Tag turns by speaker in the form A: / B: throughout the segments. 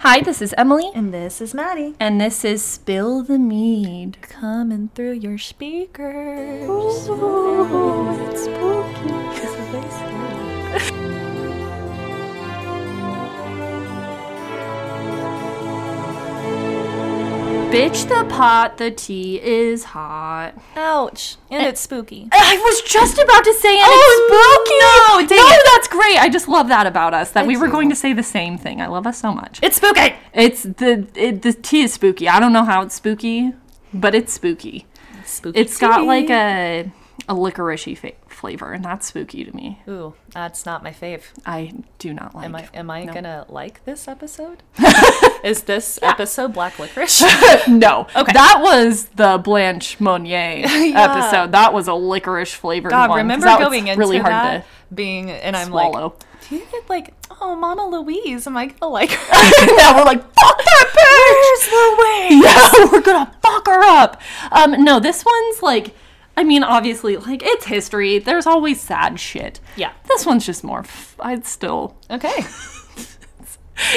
A: Hi, this is Emily,
B: And this is Maddie.
A: and this is Spill the Mead.
B: Coming through your speakers. it's spooky.
A: Bitch, the pot, the tea is hot.
B: Ouch.
A: Eh.
B: And it's spooky.
A: I was just about to say, and
B: Oh,
A: it's spooky. No, that's great. I just love that about us that we were going to say the same thing. I love us so much.
B: It's spooky!
A: It's the it, the tea is spooky. I don't know how it's spooky, but it's spooky.
B: Spooky.
A: It's got like a a licoricey fa- flavor, and that's spooky to me.
B: Ooh, that's not my fave.
A: I do not like.
B: Am I, am I
A: no.
B: gonna like this episode? is this episode black licorice?
A: no. Okay. That was the Blanche Monnier episode. That was a licorice flavored one.
B: God,
A: 'cause
B: remember
A: that was
B: going into
A: really hard
B: that
A: to
B: being, and I'm
A: swallow.
B: like, do you get like, oh, Mama Louise, am I gonna like her?
A: now we're like, fuck that bitch. Yeah, we're gonna fuck her up. Um, no, this one's like, I mean, obviously, like it's history. There's always sad shit.
B: Yeah.
A: This one's just more. F- I'd still.
B: Okay.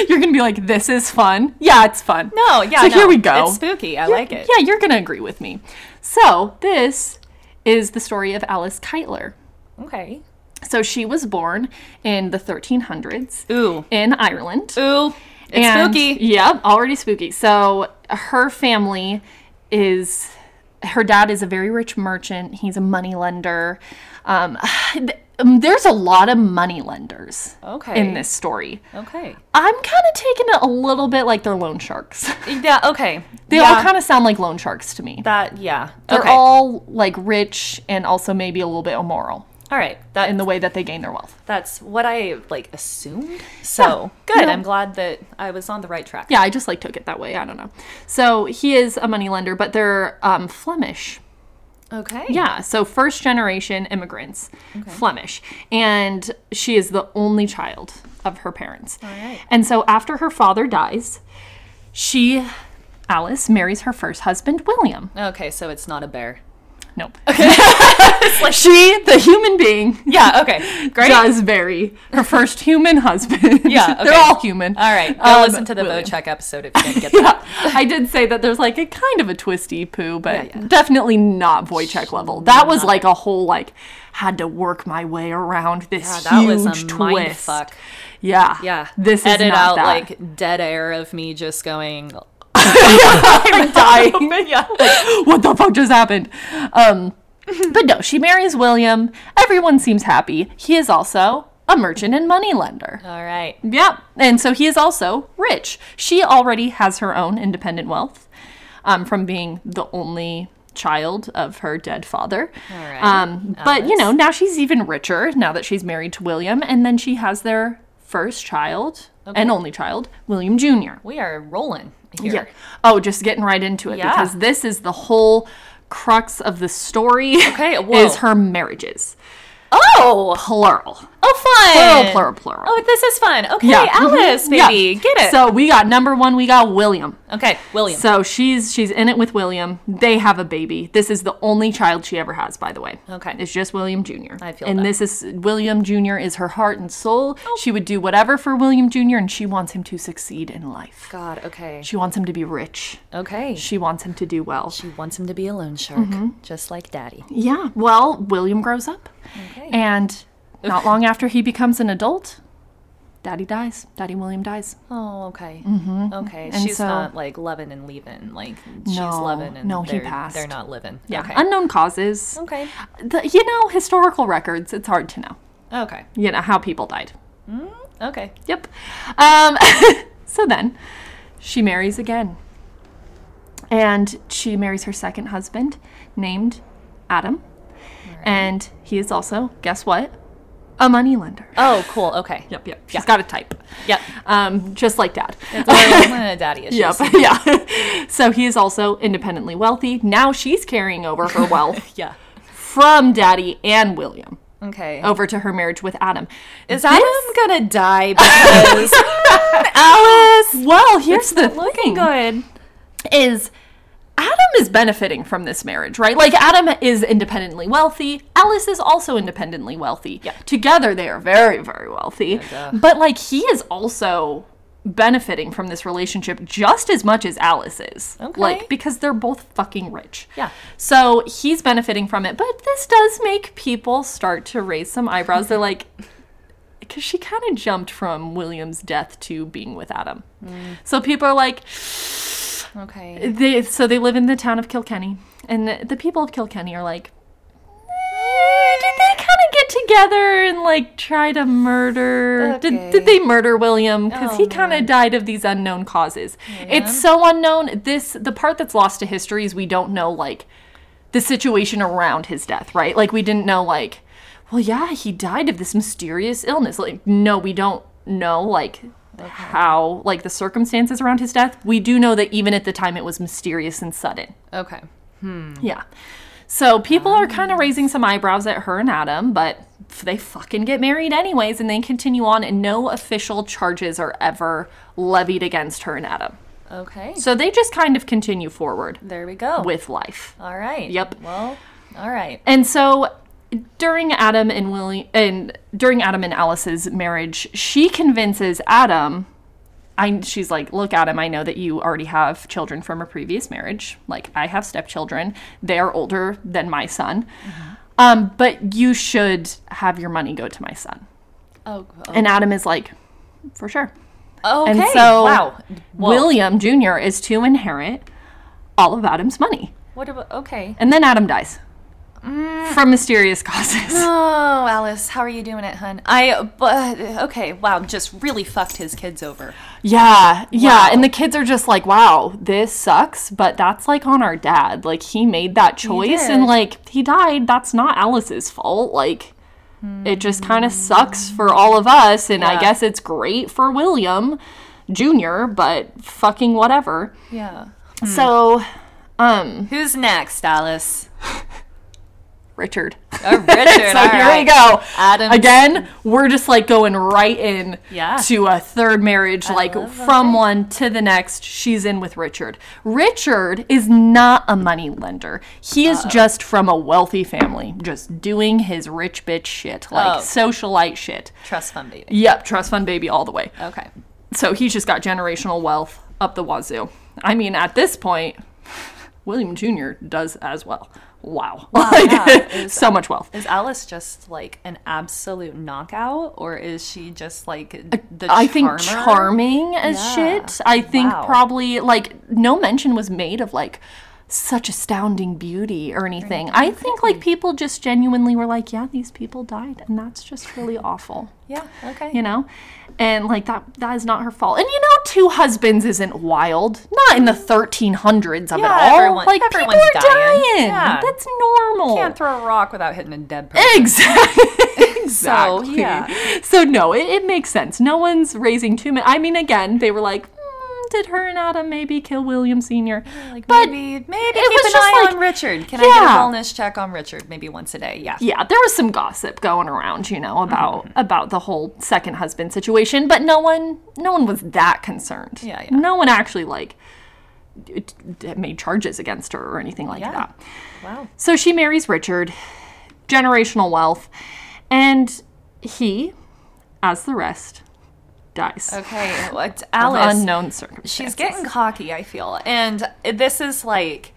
A: You're gonna be like, this is fun. Yeah, it's fun.
B: No, yeah.
A: So
B: no.
A: here we go.
B: It's spooky. I
A: You're-
B: like it.
A: Yeah, you're gonna agree with me. So this is the story of Alice Keitler.
B: Okay.
A: So she was born in the 1300s
B: Ooh.
A: in Ireland.
B: Ooh. It's
A: And-
B: spooky.
A: Yep, already spooky. So her family is her dad is a very rich merchant. He's a moneylender. Um, th- um, there's a lot of moneylenders
B: Okay.
A: in this story.
B: Okay.
A: I'm kind of taking it a little bit like they're loan sharks.
B: Yeah, okay.
A: they
B: yeah,
A: all kind of sound like loan sharks to me.
B: that yeah.
A: They're
B: okay.
A: all like rich and also maybe a little bit immoral
B: all right. That
A: in the way that they gain their wealth.
B: that's what I like assumed. So good.
A: No.
B: I'm glad that I was on the right track.
A: Yeah, I just like took it that way. I don't know. So he is a moneylender, but they're um, Flemish.
B: Okay.
A: Yeah, so first generation immigrants, Flemish. And she is the only child of her parents.
B: right.
A: And so after her father dies, she, Alice, marries her first husband, William.
B: Okay, so it's not a bear.
A: Nope. Okay. she, the human being,
B: Yeah, okay. Great.
A: does marry her first human husband.
B: Yeah,
A: They're
B: okay.
A: all human.
B: All right. Go
A: Um,
B: listen to the
A: William.
B: Bojack episode if you didn't get that.
A: yeah, I did say that there's like a kind of a twisty poo, but
B: Yeah, yeah.
A: definitely not Wojciech level. That was like a whole like had to work my way around this
B: Yeah, that
A: huge
B: was a mind
A: twist.
B: fuck.
A: Yeah,
B: Yeah.
A: This is
B: edit
A: not
B: out
A: that.
B: like dead air of me just going
A: I'm dying.
B: Yeah.
A: what the fuck just happened? Um, but no, she marries William. Everyone seems happy. He is also a merchant and moneylender.
B: All right.
A: Yeah, and so he is also rich. She already has her own independent wealth um, from being the only child of her dead father.
B: right,
A: Um, but you know, now she's even richer now that she's married to William, and then she has their first child and only child, William Jr.
B: We are rolling here.
A: Yeah. Oh, just getting right into it
B: Yeah.
A: because this is the whole crux of the story.
B: Okay, whoa.
A: is her marriges
B: Oh,
A: plural,
B: oh, fun.
A: plural, plural, plural.
B: Oh, this is fun. Okay,
A: Yeah. Mm-hmm.
B: Alice,
A: Yeah.
B: baby, get it.
A: So we got number one. We got William.
B: okay, William.
A: So she's she's in it with William. They have a baby. This is the only child she ever has, by the way.
B: Okay.
A: it's just William Jr.
B: I feel
A: and
B: that. Oh.
A: this is William Jr. is her heart and soul. She would do whatever for William Jr. and she wants him to succeed in life.
B: God, okay,
A: She wants him to be rich.
B: okay.
A: She wants him to do well.
B: She wants him to be a loan shark,
A: Mm-hmm.
B: just like Daddy.
A: Yeah. Well, William grows up, and not long after he becomes an adult, Daddy dies. Daddy William dies.
B: Oh, okay, okay.
A: Mm-hmm. And
B: she's
A: so-
B: not like loving and leaving. Like she's
A: No,
B: loving and
A: no, he
B: they're,
A: passed.
B: they're not living.
A: Yeah.
B: Okay.
A: Unknown causes.
B: okay.
A: The, you know, historical records. It's hard to know.
B: Okay.
A: You know how people died.
B: Okay.
A: Yep. Um, so then she marries again. And she marries her second husband named Adam. And he is also, guess what? A moneylender.
B: Oh, cool. Okay.
A: Yep, yep. She's got a type.
B: Yep.
A: Um, just like dad.
B: Well, daddy issues.
A: Yep, yeah. So he is also independently wealthy. Now she's carrying over her wealth
B: Yeah.
A: from daddy and William
B: Okay.
A: over to her marriage with Adam.
B: Is Adam gonna die because Alice?
A: Well, here's the thing.
B: Looking good.
A: is Adam is benefiting from this marriage, right? Like Adam is independently wealthy. Alice is also independently wealthy.
B: Yeah. uh,
A: Together they are very, very wealty.
B: duh.
A: But like he is also benefiting from this relationship just as much as Alice is.
B: Okay.
A: Like, because they're both fucking rich.
B: Yeah.
A: So he's benefiting from it, but this does make people start to raise some eyebrows. They're like, because she kind of jumped from William's death to being with Adam.
B: Mm.
A: So people are like,
B: Okay.
A: they, so they live in the town of Kilkenny, and the, the people of Kilkenny are like, "Eh, did they kind of get together and like try to murder? Did,
B: Okay.
A: did they murder William? Because
B: Oh,
A: he kind of died of these unknown causes. It's so unknown. This the part that's lost to history is we don't know like the situation around his death, right? Like we didn't know like, well, yeah, he died of this mysterious illness. Like no, we don't know like how like the circumstances around his death. We do know that even at the time it was mysterious and sudden.
B: Okay.
A: Yeah. So people are kind of raising some eyebrows at her and Adam, but f- they fucking get married anyways and they continue on and no official charges are ever levied against her and Adam.
B: Okay.
A: So they just kind of continue forward
B: There we go.
A: with life.
B: all right.
A: Yep.
B: Well, all right.
A: And so during Adam and Willie and during Adam and Alice's marriage, she convinces Adam I she's like, "Look, Adam, I know that you already have children from a previous marriage. Like I have stepchildren. They are older than my son. Um, but you should have your money go to my son."
B: Oh. oh.
A: And Adam is like, "For sure."
B: Okay.
A: And so
B: wow. Whoa.
A: William Jr. is to inherit all of Adam's money.
B: What about? Okay.
A: And then Adam dies from mysterious causes.
B: Oh, Alice, how are you doing it, hun? I. But okay. Wow. Just really fucked his kids over.
A: Yeah, yeah.
B: Wow.
A: And the kids are just like, wow, this sucks, but that's like on our dad. Like, he made that choice and
B: did.
A: like he died. That's not Alice's fault. Like, it just kind of sucks for all of us. And I
B: Hmm. Yeah.
A: guess it's great for William Jr., but fucking whatever.
B: Yeah.
A: So, um,
B: Who's next, Alice?
A: Richard.
B: Oh, Richard.
A: so
B: all
A: here we
B: right.
A: go.
B: Adam's-
A: Again, we're just like going right in
B: Yeah.
A: to a third marriage, like from one to the next. She's in with Richard. Richard is not a money lender. He is just from a wealthy family, just doing his rich bitch shit, like
B: Oh.
A: socialite shit.
B: Trust fund baby.
A: Yep, trust fund baby all the way.
B: Okay.
A: So he's just got generational wealth up the wazoo. I mean, at this point, William Jr. does as well. Wow. like, so much wealth.
B: Is Alice just like an absolute knockout, or is she just like the
A: I think
B: charmer?
A: charming as
B: Yeah.
A: shit. I think
B: Wow.
A: probably like no mention was made of like such astounding beauty or anything. I think like people just genuinely were like, yeah, these people died and that's just really awful,
B: Yeah. Okay.
A: you know? And like that that is not her fault. And you know, two husbands isn't wild. Not in the 1300s of
B: Yeah,
A: it all.
B: everyone-
A: like people
B: everyone's
A: are dying.
B: dying. Yeah.
A: That's normal.
B: Can't throw a rock without hitting a dead person.
A: Exactly. exactly.
B: yeah.
A: So no, it, it makes sense. No one's raising too many. I mean, again, they were like, mm, did her and Adam maybe kill William Senior?
B: Like
A: but
B: maybe, maybe
A: it
B: keep
A: was
B: an
A: just
B: eye
A: like-
B: on Richard. Can I get
A: Yeah.
B: a wellness check on Richard maybe once a day? Yeah.
A: yeah, there was some gossip going around, you know, about
B: Mm-hmm.
A: about the whole second husband situation, but no one no one was that concerned.
B: Yeah, yeah.
A: No one actually like d- d- made charges against her or anything like
B: Yeah.
A: that.
B: Wow.
A: So she marries Richard, generational wealth, and he, as the rest, dies.
B: Okay. What's
A: Of
B: Alice?
A: Unknown circumstances.
B: She's getting cocky, I feel. And this is like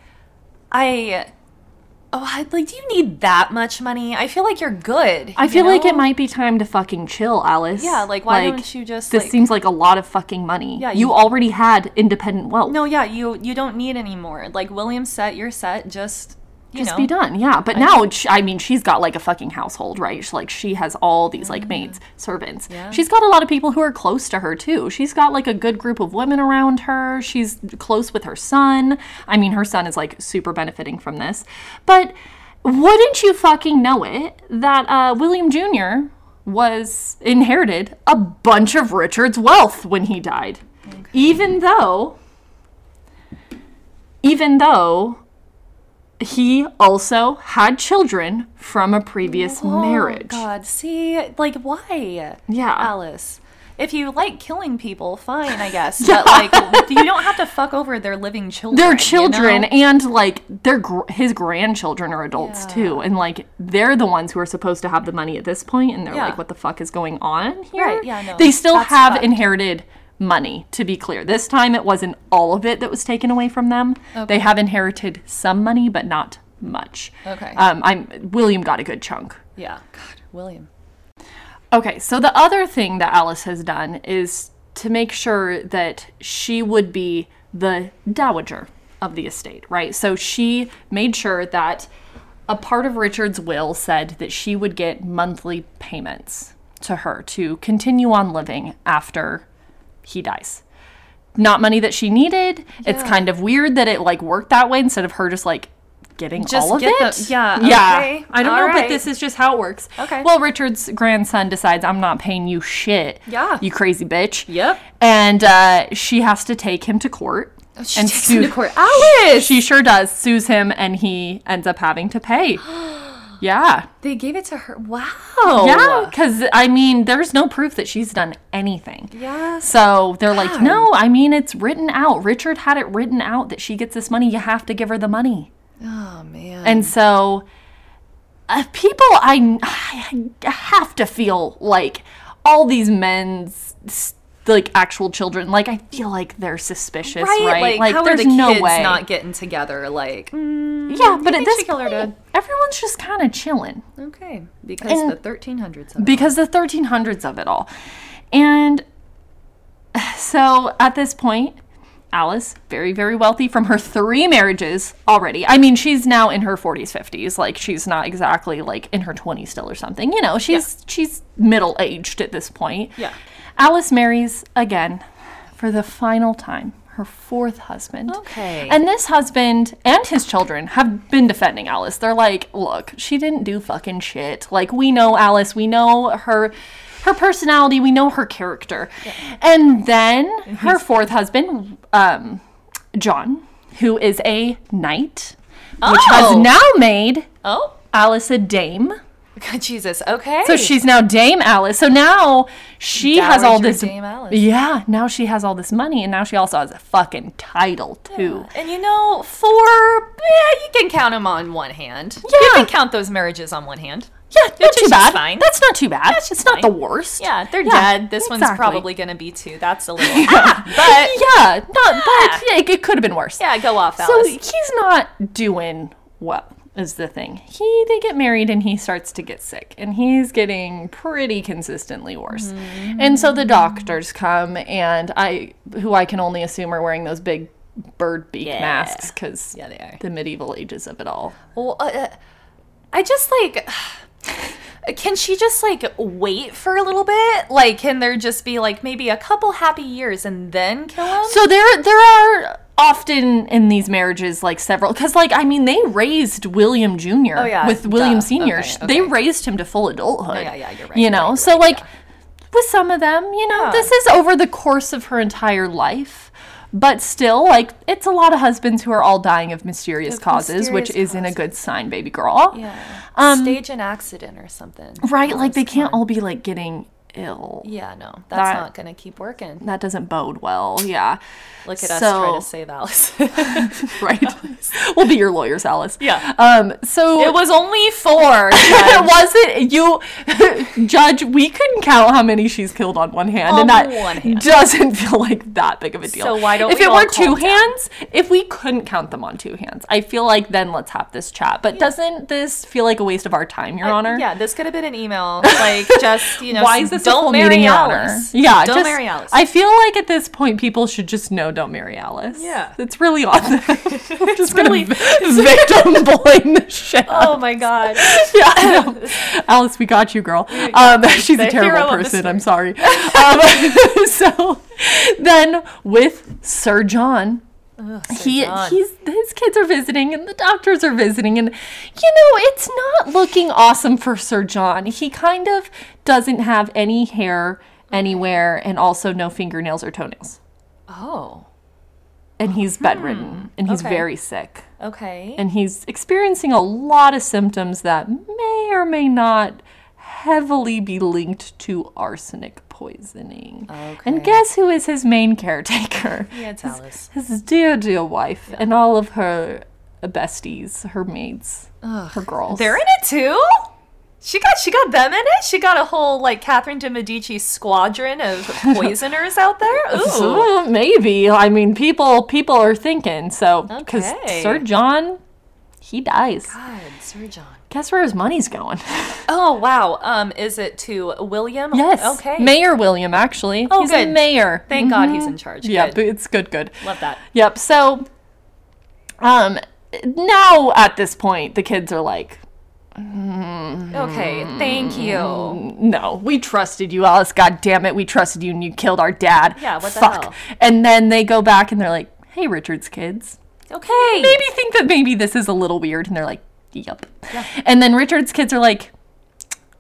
B: I Oh, I, like do you need that much money? I feel like you're good.
A: I
B: you
A: feel like
B: know?
A: it might be time to fucking chill, Alice.
B: Yeah, like, why don't you just,
A: This
B: like-
A: seems like a lot of fucking money.
B: Yeah,
A: you,
B: you-
A: already had independent wealth.
B: No, Oh, yeah, you you don't need any more. Like William set, you're set, just you
A: just
B: know.
A: be done. Yeah, but now sh I mean, she's got like a fucking household, right? She, like she has all these like maids, servants.
B: Mm. Yeah.
A: She's got a lot of people who are close to her too. She's got like a good group of women around her. She's close with her son. I mean, her son is like super benefiting from this. But wouldn't you fucking know it that uh, William Jr. was inherited a bunch of Richard's wealth when he died, even though even though he also had children from a previous marriage.
B: Oh, God, see, like why?
A: Yeah.
B: Alice. If you like killing people, fine, I guess. But like, you don't have to fuck over their living children.
A: Their
B: you
A: children
B: know?
A: and like their gr- his grandchildren are adults too, and like they're the ones who are supposed to have the money at this point, and they're
B: Yeah.
A: like, "What the fuck is going on here?"
B: yeah, no,
A: they still
B: that's
A: have
B: fucked.
A: inherited money, to be clear. This time it wasn't all of it that was taken away from them. They have inherited some money, but not much.
B: Okay.
A: Um, I'm, William got a good chunk.
B: Yeah. God, William.
A: Okay, so the other thing that Alice has done is to make sure that she would be the dowager of the estate, right? So she made sure that a part of Richard's will said that she would get monthly payments to her to continue on living after he dies. Not money that she needed. It's kind of weird that it like worked that way instead of her just like getting
B: Just
A: all of
B: get the-
A: it.
B: yeah,
A: yeah.
B: okay,
A: I don't
B: all
A: know, but
B: right.
A: this is just how it works.
B: Okay.
A: Well, Richard's grandson decides, I'm not paying you shit.
B: Yeah.
A: You crazy bitch.
B: Yep.
A: And uh, she has to take him to court.
B: Oh, she
A: and
B: takes
A: sue-
B: him to court. Alice!
A: She sure does. Sues him, and he ends up having to pay. yeah.
B: They gave it to her. Wow.
A: Yeah. Because, I mean, there's no proof that she's done anything.
B: Yes.
A: So they're like, no, I mean, it's written out. Richard had it written out that she gets this money. You have to give her the money.
B: Oh man.
A: And so, uh, people, I, I have to feel like all these men's s- like actual children. Like I feel like they're suspicious, right?
B: Like, how are
A: there's
B: the
A: no
B: kids
A: way.
B: not getting together? Like, mm,
A: yeah, but at
B: think
A: this
B: she killed her
A: point,
B: dad?
A: everyone's just kind of chilling
B: okay, because
A: And-
B: the 1300s. of it.
A: because the 1300s of it all, and so at this point. Alice, very, very wealthy from her three marriages already. I mean, she's now in her 40s, 50s. Like, she's not exactly like in her 20s still or something. You know, she's she's middle aged at this point.
B: Yeah.
A: Alice marries again for the final time, her fourth husband.
B: Okay.
A: And this husband and his children have been defending Alice. They're like, look, she didn't do fucking shit. Like, we know Alice, we know her. Her personality, we know her character. And then her fourth husband, um, John, who is a knight, which has
B: Oh.
A: now made
B: oh,
A: Alice a dame.
B: God, Jesus. Okay.
A: So she's now Dame Alice. So now she has all
B: Dowager
A: this.
B: Dame Alice.
A: Yeah, now she has all this money, and now she also has a fucking title too.
B: And you know, four, yeah, you can count them on one hand. You
A: Yeah.
B: can count those marriages on one hand.
A: Yeah, not
B: is
A: too bad.
B: fine.
A: That's not too bad. it's not the worst.
B: Yeah, they're dead. This one's
A: exactly.
B: probably going to be two. That's a little. ah, but
A: Yeah, not bad. Yeah, it, could have been worse.
B: yeah, go off,
A: So
B: Alice.
A: he's not doing well. Is the thing he they get married and he starts to get sick and he's getting pretty consistently worse,
B: Mm-hmm.
A: and so the doctors come and I who I can only assume are wearing those big bird beak
B: Yeah.
A: masks because
B: Yeah, they are.
A: the medieval ages of it all.
B: Well, uh, uh, I just like. Can she just like wait for a little bit? Like, can there just be like maybe a couple happy years and then kill him?
A: So there there are often in these marriages like several because like I mean they raised William Jr.
B: Oh, yeah,
A: with William
B: duh.
A: Sr.
B: Okay,
A: They
B: okay.
A: raised him to full adulthood.
B: yeah, yeah, you're right,
A: You
B: you're
A: know,
B: right, you're
A: so
B: right,
A: like with some of them, you know,
B: Yeah.
A: this is over the course of her entire life. But still, like it's a lot of husbands who are all dying of mysterious causes, which
B: mysterious
A: isn't a good sign, baby girl.
B: yeah.
A: Um,
B: Stage an accident or something.
A: Right? Like they can't all be like getting ill.
B: Yeah, no, that's
A: That-
B: not gonna keep working.
A: That doesn't bode well. Yeah.
B: Look at us trying
A: So-
B: to save Alice.
A: Right. we'll be your lawyers, Alice.
B: Yeah.
A: Um so
B: it was only four.
A: it wasn't you judge we couldn't count how many she's killed on one hand
B: On
A: and that
B: one hand.
A: doesn't feel like that big of a deal
B: So why don't
A: if
B: we
A: it
B: all
A: were two
B: calm down?
A: hands if we couldn't count them on two hands i feel like then let's have this chat but doesn't this feel like a waste of our time your honor
B: Yeah, this could have been an email. Like, just you know,
A: why is this a
B: don't
A: full
B: marry
A: meeting, Your Honor?
B: Alice?
A: Yeah,
B: don't
A: just-
B: marry Alice.
A: I feel like at this point people should just know don't marry Alice.
B: Yeah.
A: it's really on them. I'm just gonna vi-
B: really-
A: victim blame the shit. out
B: oh my god.
A: yeah, I know. Alice, we got you, girl. Um, she's
B: The
A: a
B: hero
A: terrible
B: of the
A: person. I'm sorry. Um, so then with Sir John. he
B: John.
A: he's his kids are visiting and the doctors are visiting and you know it's not looking awesome for Sir John. He kind of doesn't have any hair anywhere and also no fingernails or toenails.
B: Oh,
A: And he's bedridden and he's
B: Hmm. Okay.
A: very sick
B: okay.
A: and he's experiencing a lot of symptoms that may or may not heavily be linked to arsenic poisoning.
B: Okay.
A: And guess who is his main caretaker?
B: yeah, it's Alice.
A: His dear, dear wife and all of her besties, her maids, her girls.
B: They're in it too. She got she got them in it. She got a whole like Catherine de Medici squadron of poisoners out there. Ooh,
A: So, maybe. I mean, people people are thinking. So, because
B: Okay.
A: Sir John, he dies.
B: God, Sir John.
A: Guess where his money's going?
B: Oh wow. Um, is it to William?
A: yes.
B: Okay.
A: Mayor William, actually.
B: Oh,
A: He's
B: good.
A: a mayor.
B: Thank God he's in charge.
A: Mm-hmm. Yeah,
B: Good.
A: but it's good, good.
B: Love that.
A: Yep. So, um, now at this point, the kids are like,
B: Okay. Thank
A: Mm.
B: you.
A: "No, we trusted you, Alice. God damn it, we trusted you, and you killed our dad.
B: Yeah, what the
A: Fuck."
B: hell?
A: And then they go back and they're like, "Hey, Richard's kids,
B: Okay.
A: maybe think that maybe this is a little weird." And they're like, "Yep." And then Richard's kids are like.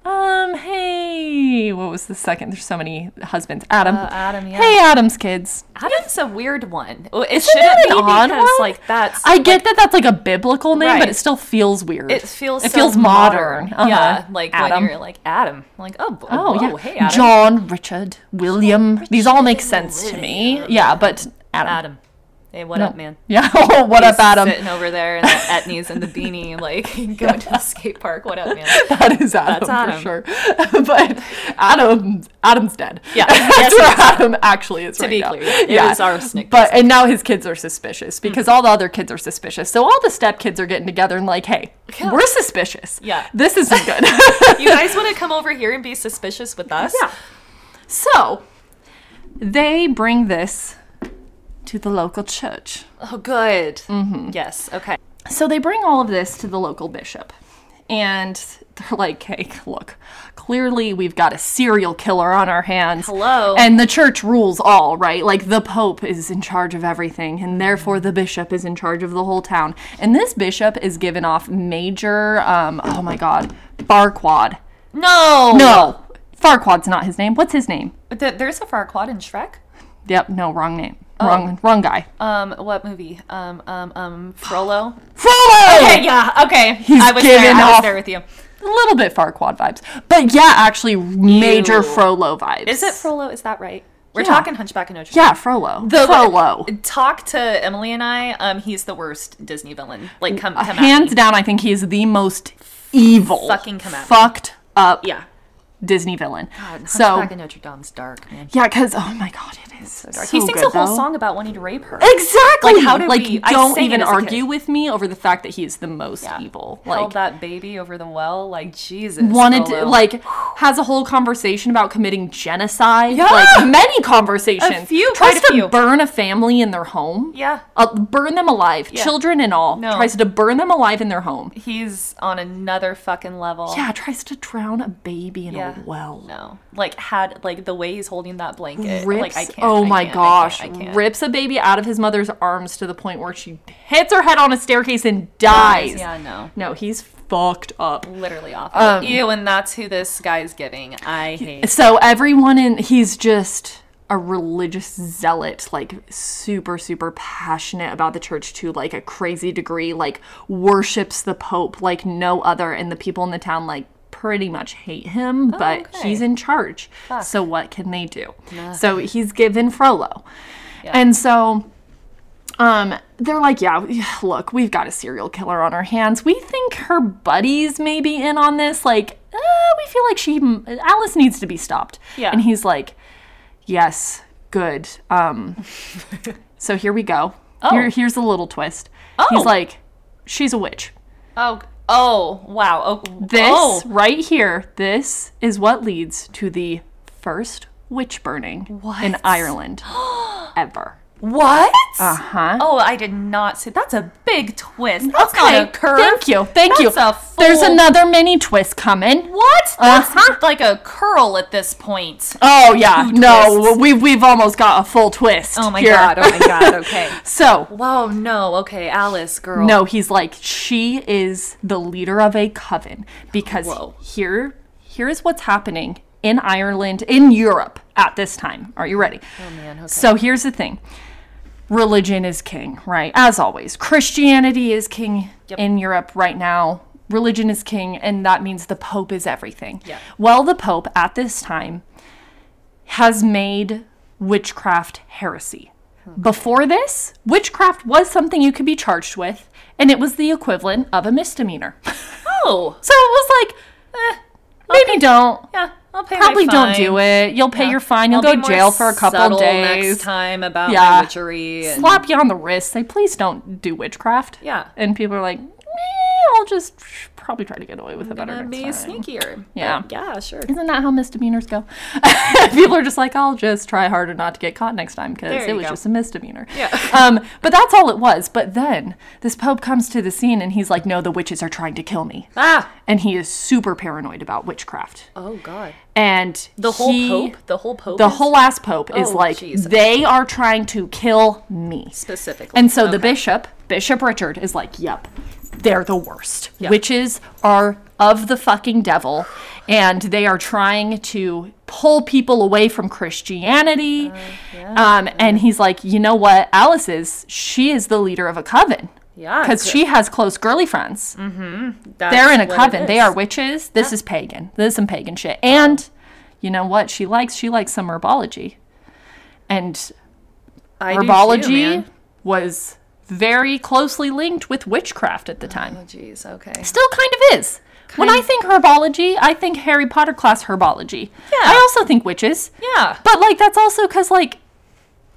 A: Um, hey, what was the second? There's so many husbands. Adam.
B: Uh, Adam, yeah.
A: Hey, Adam's kids.
B: Adam's a weird one. Well, It shouldn't
A: that
B: be
A: an odd
B: because
A: one?
B: like that's
A: I get that that's like a biblical name,
B: Right.
A: but it still feels weird.
B: it feels
A: it
B: so
A: feels modern.
B: Yeah,
A: Uh-huh.
B: like
A: Adam.
B: when you're like Adam. I'm like oh, b-
A: Oh
B: whoa,
A: yeah,
B: hey Adam.
A: John, Richard, William. These all make sense to me. Yeah, but Adam.
B: Adam. Hey, what up, man?
A: Yeah. Oh, what up,
B: He's
A: Adam?
B: Sitting over there in the etnies and the beanie, like going to the skate park. What up, man?
A: That is Adam
B: Adam.
A: for sure. but Adam, Adam's dead.
B: Yeah.
A: That's
B: Yes,
A: where Adam actually is. To
B: be clear, yeah. It is arsenic.
A: But and now his kids are suspicious
B: Hmm.
A: because all the other kids are suspicious. So all the step kids are getting together and like, hey,
B: Yeah.
A: we're suspicious.
B: Yeah.
A: This isn't good.
B: You guys want to come over here and be suspicious with us?
A: Yeah. So they bring this to the local church.
B: Oh, good. Mm-hmm. Yes. Okay.
A: So they bring all of this to the local bishop. And they're like, hey, look, clearly we've got a serial killer on our hands.
B: Hello.
A: And the church rules all, right? Like the pope is in charge of everything, and therefore the bishop is in charge of the whole town. And this bishop is giving off major, um, oh my God, Farquad.
B: No.
A: No, Farquad's not his name. What's his name?
B: Th- there's a Farquaad in Shrek.
A: Yep, no, wrong name.
B: Oh.
A: Wrong, wrong guy.
B: Um, what movie? Um, um, um, Frollo.
A: Frollo!
B: Okay, yeah. Okay. I was there.
A: giving
B: I was
A: off-
B: there with you.
A: A little bit far quad vibes. But yeah, actually major Frollo vibes.
B: Is it Frollo? Is that right? We're
A: Yeah.
B: talking Hunchback of Notre Dame.
A: Yeah, Frollo. The Frollo.
B: Talk to Emily and I. Um, he's the worst Disney villain. Like, come, come at me.
A: Uh, Hands down, I think he is the most evil
B: Fucking come at me.
A: fucked up
B: Yeah.
A: Disney villain.
B: God,
A: so
B: Hunchback of Notre Dame's dark, man.
A: yeah, because oh my god, it is. So
B: he sings
A: good,
B: a whole
A: though.
B: song about wanting to rape her.
A: Exactly.
B: Like, how did we- I
A: don't
B: sang it
A: even
B: as a kid.
A: argue with me over the fact that he is the most evil. Like
B: Held that baby over the well, like Jesus.
A: wanted to,
B: Frollo.
A: like has a whole conversation about committing genocide.
B: Yeah.
A: Like many conversations.
B: A few,
A: tries
B: quite a
A: to
B: few.
A: burn a family in their home.
B: Yeah.
A: Uh, burn them alive, children and all.
B: No.
A: Tries to burn them alive in their home.
B: he's on another fucking level.
A: Yeah, tries to drown a baby in
B: Yeah.
A: a well.
B: No, like had like the way he's holding that blanket.
A: Rips,
B: like I can't.
A: oh
B: I
A: my
B: can't, I
A: gosh,
B: can't, I can't.
A: rips a baby out of his mother's arms to the point where she hits her head on a staircase and dies.
B: Yeah, no.
A: No, he's fucked up.
B: Literally awful.
A: Um,
B: Ew, and that's who this guy's giving. I hate.
A: So everyone in he's just a religious zealot, like super, super passionate about the church to like a crazy degree, like worships the Pope like no other, and the people in the town like pretty much hate him, but
B: okay.
A: he's in charge. So what can they do? So he's given Frollo. And so um, they're like, yeah, we- look, we've got a serial killer on our hands. We think her buddies may be in on this. Like, uh, we feel like she, Alice needs to be stopped.
B: Yeah.
A: And he's like, yes, good. Um, so here we go.
B: Oh.
A: Here, here's a little twist. He's
B: Oh.
A: like, she's a witch.
B: Oh, oh, wow. Oh,
A: This
B: oh.
A: right here, this is what leads to the first witch burning in
B: What?
A: Ireland ever.
B: What?
A: Uh-huh.
B: Oh, I did not see. That's a big twist. That's not a curve.
A: Thank you. Thank you.
B: That's a
A: There's
B: full-
A: another mini twist coming.
B: What? That's
A: Uh-huh.
B: like a curl at this point.
A: Oh yeah.
B: Two
A: No,
B: twists.
A: we've we've almost got a full twist.
B: Oh my
A: here.
B: god. Oh my god. Okay.
A: So
B: Whoa. No. Okay, Alice, girl.
A: no, he's like she is the leader of a coven because
B: Whoa.
A: here here is what's happening in Ireland in Europe at this time. Are you ready? Oh
B: man, okay.
A: So here's the thing. Religion is king, right? As always. Christianity is king in Europe right now. Religion is king and that means the pope is everything.
B: Yeah.
A: Well, the pope at this time has made witchcraft heresy.
B: Hmm.
A: Before this, witchcraft was something you could be charged with, and it was the equivalent of a misdemeanor.
B: Oh.
A: So it was like, eh, Maybe don't.
B: Yeah, I'll pay.
A: Probably don't do it. You'll pay your fine. You'll go
B: I'll be
A: to
B: more
A: jail for a couple
B: subtle
A: days.
B: next time about
A: Yeah.
B: my witchery. And,
A: Slap you on the wrist. Say, please don't do witchcraft.
B: Yeah.
A: And people are like, "Meh, I'll just probably try to get away with it better
B: gonna
A: next
B: be
A: time.
B: sneakier.
A: Yeah.
B: But yeah, sure.
A: Isn't that how misdemeanors go? People are just like, I'll just try harder not to get caught next time because
B: There
A: it
B: you
A: was
B: go.
A: just a misdemeanor.
B: Yeah.
A: Um, but that's all it was. But then this pope comes to the scene and he's like, No, the witches are trying to kill me.
B: Ah.
A: And he is super paranoid about witchcraft.
B: Oh God.
A: And
B: The whole
A: he-
B: pope. The whole pope.
A: the
B: is
A: whole ass pope is
B: Oh,
A: like
B: Jesus.
A: they are trying to kill me
B: specifically.
A: and so the bishop bishop richard is like yep they're the worst witches are of the fucking devil and they are trying to pull people away from
B: Uh,
A: christianity um, and he's like you know what alice is she is the leader of a coven
B: Yeah, Mm-hmm.
A: because she has close girly friends
B: That's
A: they're in a
B: what it
A: coven. They
B: is.
A: are witches. This is pagan. This is some pagan shit. And you know what she likes? She likes some herbology. And
B: I do too,
A: herbology
B: man.
A: was very closely linked with witchcraft at the
B: Oh
A: time.
B: jeez. Okay.
A: Still kind of is. when I think herbology, I think Harry Potter class herbology.
B: Yeah.
A: I also think witches.
B: Yeah.
A: But like that's also cuz like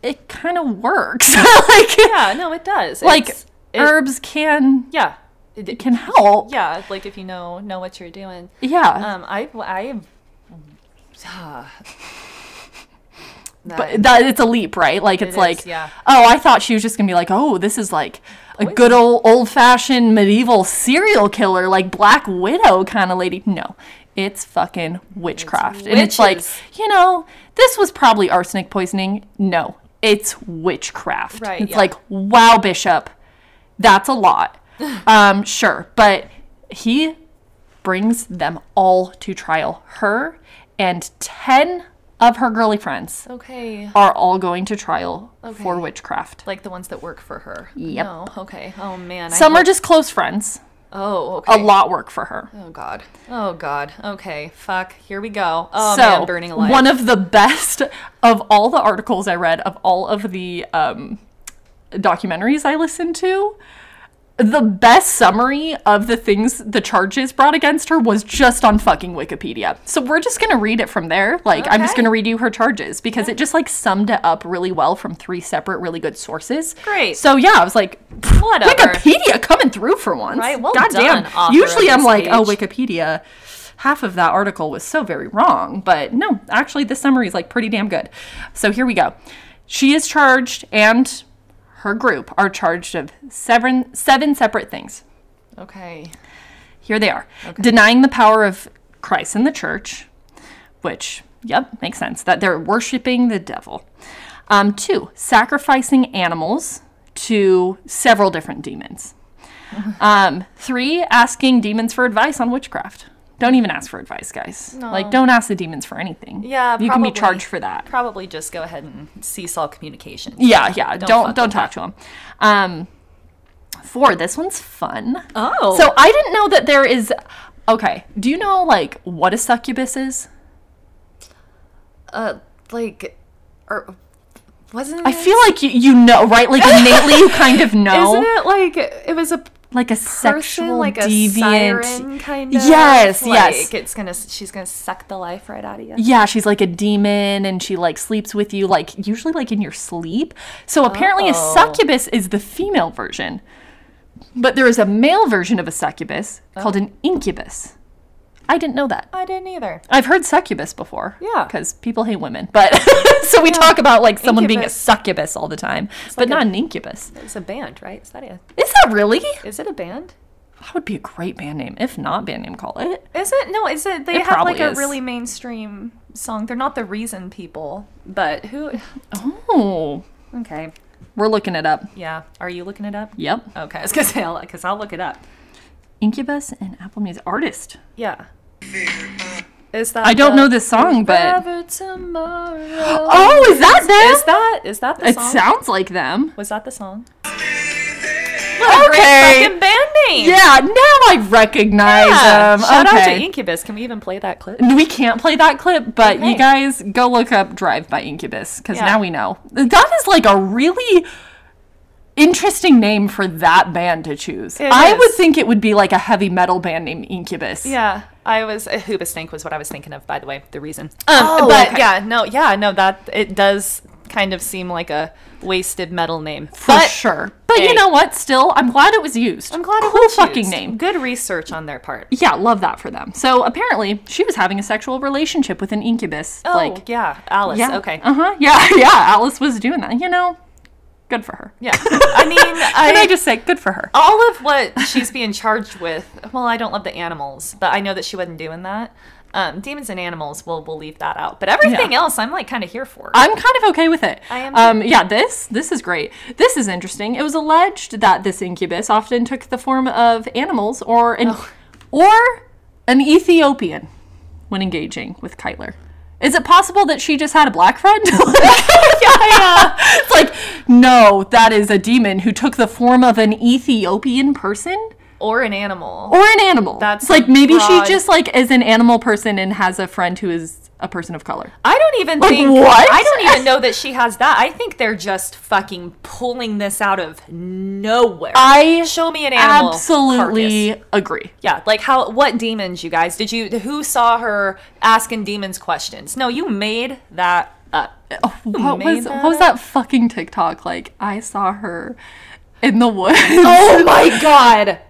A: it kind of works. like
B: Yeah. No, it does.
A: like
B: It's- it-
A: herbs can
B: yeah. It- it-
A: can help.
B: yeah. Like if you know know what you're doing.
A: yeah.
B: Um. I. I. Uh,
A: but that it's a leap, right? Like it's
B: is,
A: like,
B: yeah.
A: oh, I thought she was just gonna be like, oh, this is like a good old old fashioned medieval serial killer, like Black Widow kind of lady. No, it's fucking witchcraft, and it's like,
B: witches.
A: you know, this was probably arsenic poisoning. No, it's witchcraft.
B: Right,
A: It's
B: yeah.
A: like, wow, Bishop, that's a lot. um, sure, but he brings them all to trial. Her and ten of her girly friends
B: okay.
A: are all going to trial for
B: Okay.
A: witchcraft.
B: Like the ones that work for her.
A: Yep.
B: No. Okay. Oh man. I
A: Some
B: hope-
A: are just close friends.
B: Oh. Okay.
A: A lot work for her.
B: Oh god. Oh god. Okay. Fuck. Here we go. Oh
A: so,
B: man, burning alive.
A: one of the best of all the articles I read, of all of the um, documentaries I listened to, the best summary of the things, the charges brought against her was just on fucking Wikipedia. So we're just gonna read it from there. Like, I'm just
B: Okay.
A: gonna read you her charges because it just like summed it up really well from three separate, really good sources.
B: Great.
A: So, yeah, I was like,
B: Whatever.
A: Wikipedia coming through for once.
B: Right, well
A: Goddamn.
B: done, author
A: Usually
B: of
A: I'm
B: this
A: like, oh,
B: page.
A: Wikipedia. Half of that article was so very wrong, but no, actually this summary is like pretty damn good. So here we go. She is charged and her group are charged of seven seven separate things.
B: Okay.
A: Here they are. Denying the power of Christ and the church, which, yep, makes sense, that they're worshiping the devil. Um, two, sacrificing animals to several different demons. Um, three, asking demons for advice on witchcraft. Don't even ask for advice, guys. Like, don't ask the demons for anything.
B: Yeah,
A: you can
B: probably.
A: be charged for that.
B: Probably just go ahead and seesaw communication.
A: Yeah, yeah. Don't don't, talk
B: fuck with
A: to them. Um, four. This one's fun.
B: Oh.
A: So I didn't know that there is. Okay. Do you know like what a succubus is?
B: Uh, like, or wasn't it?
A: I feel like you, you know right. Like innately, you kind of know.
B: Isn't it like it was a
A: Like a sexual
B: person, like a
A: deviant.
B: siren kind of?
A: Yes,
B: like,
A: yes.
B: It's gonna. She's gonna suck the life right out of you.
A: Yeah, she's like a demon and she like sleeps with you like usually like in your sleep. So apparently a
B: Oh.
A: succubus is the female version. But there is a male version of a succubus called an incubus. I didn't know that.
B: I didn't either.
A: I've heard succubus before.
B: Yeah.
A: Because people hate women. But so we talk about like someone being a
B: Incubus.
A: succubus all the time, but
B: like
A: not
B: a-
A: an incubus.
B: It's a band, right? Is that it?
A: Is that really?
B: Is it a band?
A: That would be a great band name. If not, band name call it.
B: Is it? No, is it? They
A: It
B: have like
A: probably
B: a
A: is.
B: really mainstream song. They're not the reason people, but who?
A: Oh.
B: Okay.
A: We're looking it up.
B: Yeah. Are you looking it up?
A: Yep.
B: Okay. I was gonna say because I'll look it up.
A: Incubus and Apple Music artist.
B: Yeah. Is that?
A: I don't know
B: the
A: this song, but
B: Forever tomorrow.
A: oh, is that them?
B: Is that is that the
A: it
B: song?
A: sounds like them.
B: Was that the song?
A: Okay.
B: Fucking band name.
A: yeah, now I recognize
B: Yeah.
A: them.
B: Shout out to
A: okay.
B: Incubus. Can we even play that clip?
A: we can't play that clip, but you
B: Okay.
A: guys go look up "Drive" by Incubus because
B: Yeah.
A: now we know that is like a really interesting name for that band to choose.
B: It
A: I would
B: is.
A: think it would be like a heavy metal band named Incubus.
B: Yeah. I was a hooba snake was what I was thinking of, by the way. The reason, um,
A: Oh,
B: but
A: okay.
B: yeah, no, yeah, no, that it does kind of seem like a wasted metal name.
A: For sure. But
B: hey.
A: you know what? Still, I'm glad it was used.
B: I'm glad it
A: cool
B: was
A: fucking
B: used.
A: name.
B: Good research on their part.
A: Yeah, love that for them. So apparently, she was having a sexual relationship with an incubus.
B: Oh,
A: like,
B: yeah, Alice.
A: yeah,
B: Okay.
A: uh huh, yeah, yeah. Alice was doing that. You know, good for her.
B: Yeah. I mean,
A: Can I
B: I,
A: just say, good for her?
B: all of what she's being charged with. Well, I don't love the animals, but I know that she wasn't doing that. Um, demons and animals, we'll we'll leave that out. But everything
A: Yeah.
B: else, I'm like kind of here for.
A: I'm kind of okay with it.
B: I am
A: Um, yeah, this this is great. This is interesting. It was alleged that this incubus often took the form of animals or an or an Ethiopian when engaging with Kyler. Is it possible that she just had a black friend? It's like, no, that is a demon who took the form of an Ethiopian person
B: or an animal.
A: or an animal.
B: That's
A: It's like maybe
B: broad.
A: she just like is an animal person and has a friend who is a person of color.
B: I don't even think
A: what?
B: I don't even know that she has that. I think they're just fucking pulling this out of nowhere.
A: I
B: Show me an animal.
A: absolutely
B: carcass.
A: agree.
B: Yeah, like how what demons you guys? Did you who saw her asking demons questions? No, you made that up.
A: What
B: made
A: was
B: that
A: what was that fucking TikTok? Like I saw her in the woods
B: Oh my god.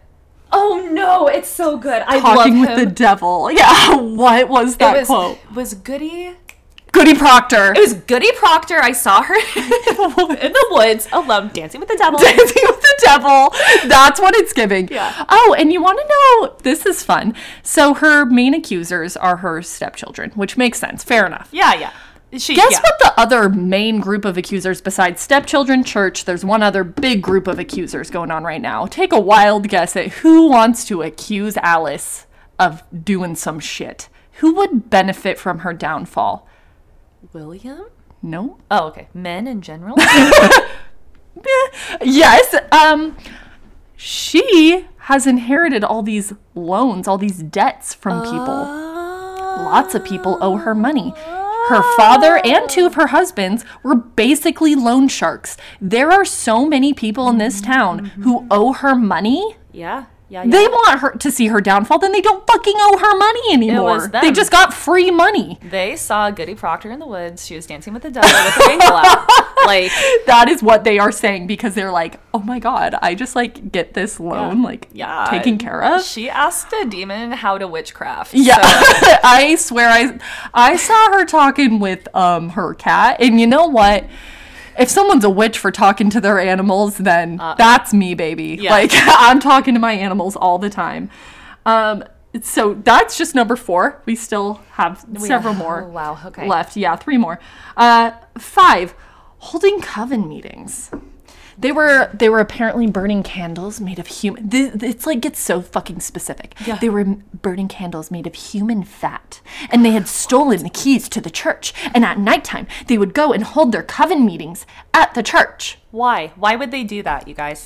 B: Oh no, it's so good. I
A: talking
B: love
A: with
B: him.
A: the devil. Yeah, what was that
B: it was,
A: quote?
B: was Goody.
A: Goody Proctor
B: It was Goody Proctor. I saw her in the woods alone dancing with the devil.
A: dancing with the devil. That's what it's giving.
B: Yeah.
A: Oh, and you want to know? This is fun. So her main accusers are her stepchildren, which makes sense. Fair enough.
B: yeah, yeah. She,
A: Guess
B: yeah.
A: what the other main group of accusers besides stepchildren, church, there's one other big group of accusers going on right now. Take a wild guess at who wants to accuse Alice of doing some shit. Who would benefit from her downfall?
B: William?
A: No?
B: Oh, okay. Men in general?
A: Yes. Um she has inherited all these loans, all these debts from
B: Oh.
A: people.
B: Uh,
A: Lots of people owe her money. Her father and two of her husbands were basically loan sharks. There are so many people in this town who owe her money.
B: yeah, yeah, yeah.
A: They want her to see her downfall, then they don't fucking owe her money anymore.
B: was
A: They
B: them.
A: just got free money.
B: they saw Goody Proctor in the woods. She was dancing with the devil with her ankle out. Like,
A: That is what they are saying because they're like, "Oh my god, I just like get this loan like
B: yeah.
A: taken care of."
B: She asked a demon how to witchcraft.
A: Yeah,
B: so-
A: I swear I I saw her talking with um her cat, and you know what? If someone's a witch for talking to their animals, then that's me, baby.
B: Yeah.
A: Like I'm talking to my animals all the time. Um, so that's just number four. We still have several more
B: oh, wow, okay.
A: left. Yeah, three more. Uh, five, holding coven meetings. They were they were apparently burning candles made of human. Th- it's like gets so fucking specific. They were m- burning candles made of human fat, and they had stolen the keys to the church. And at nighttime, they would go and hold their coven meetings at the church.
B: Why? Why would they do that, you guys?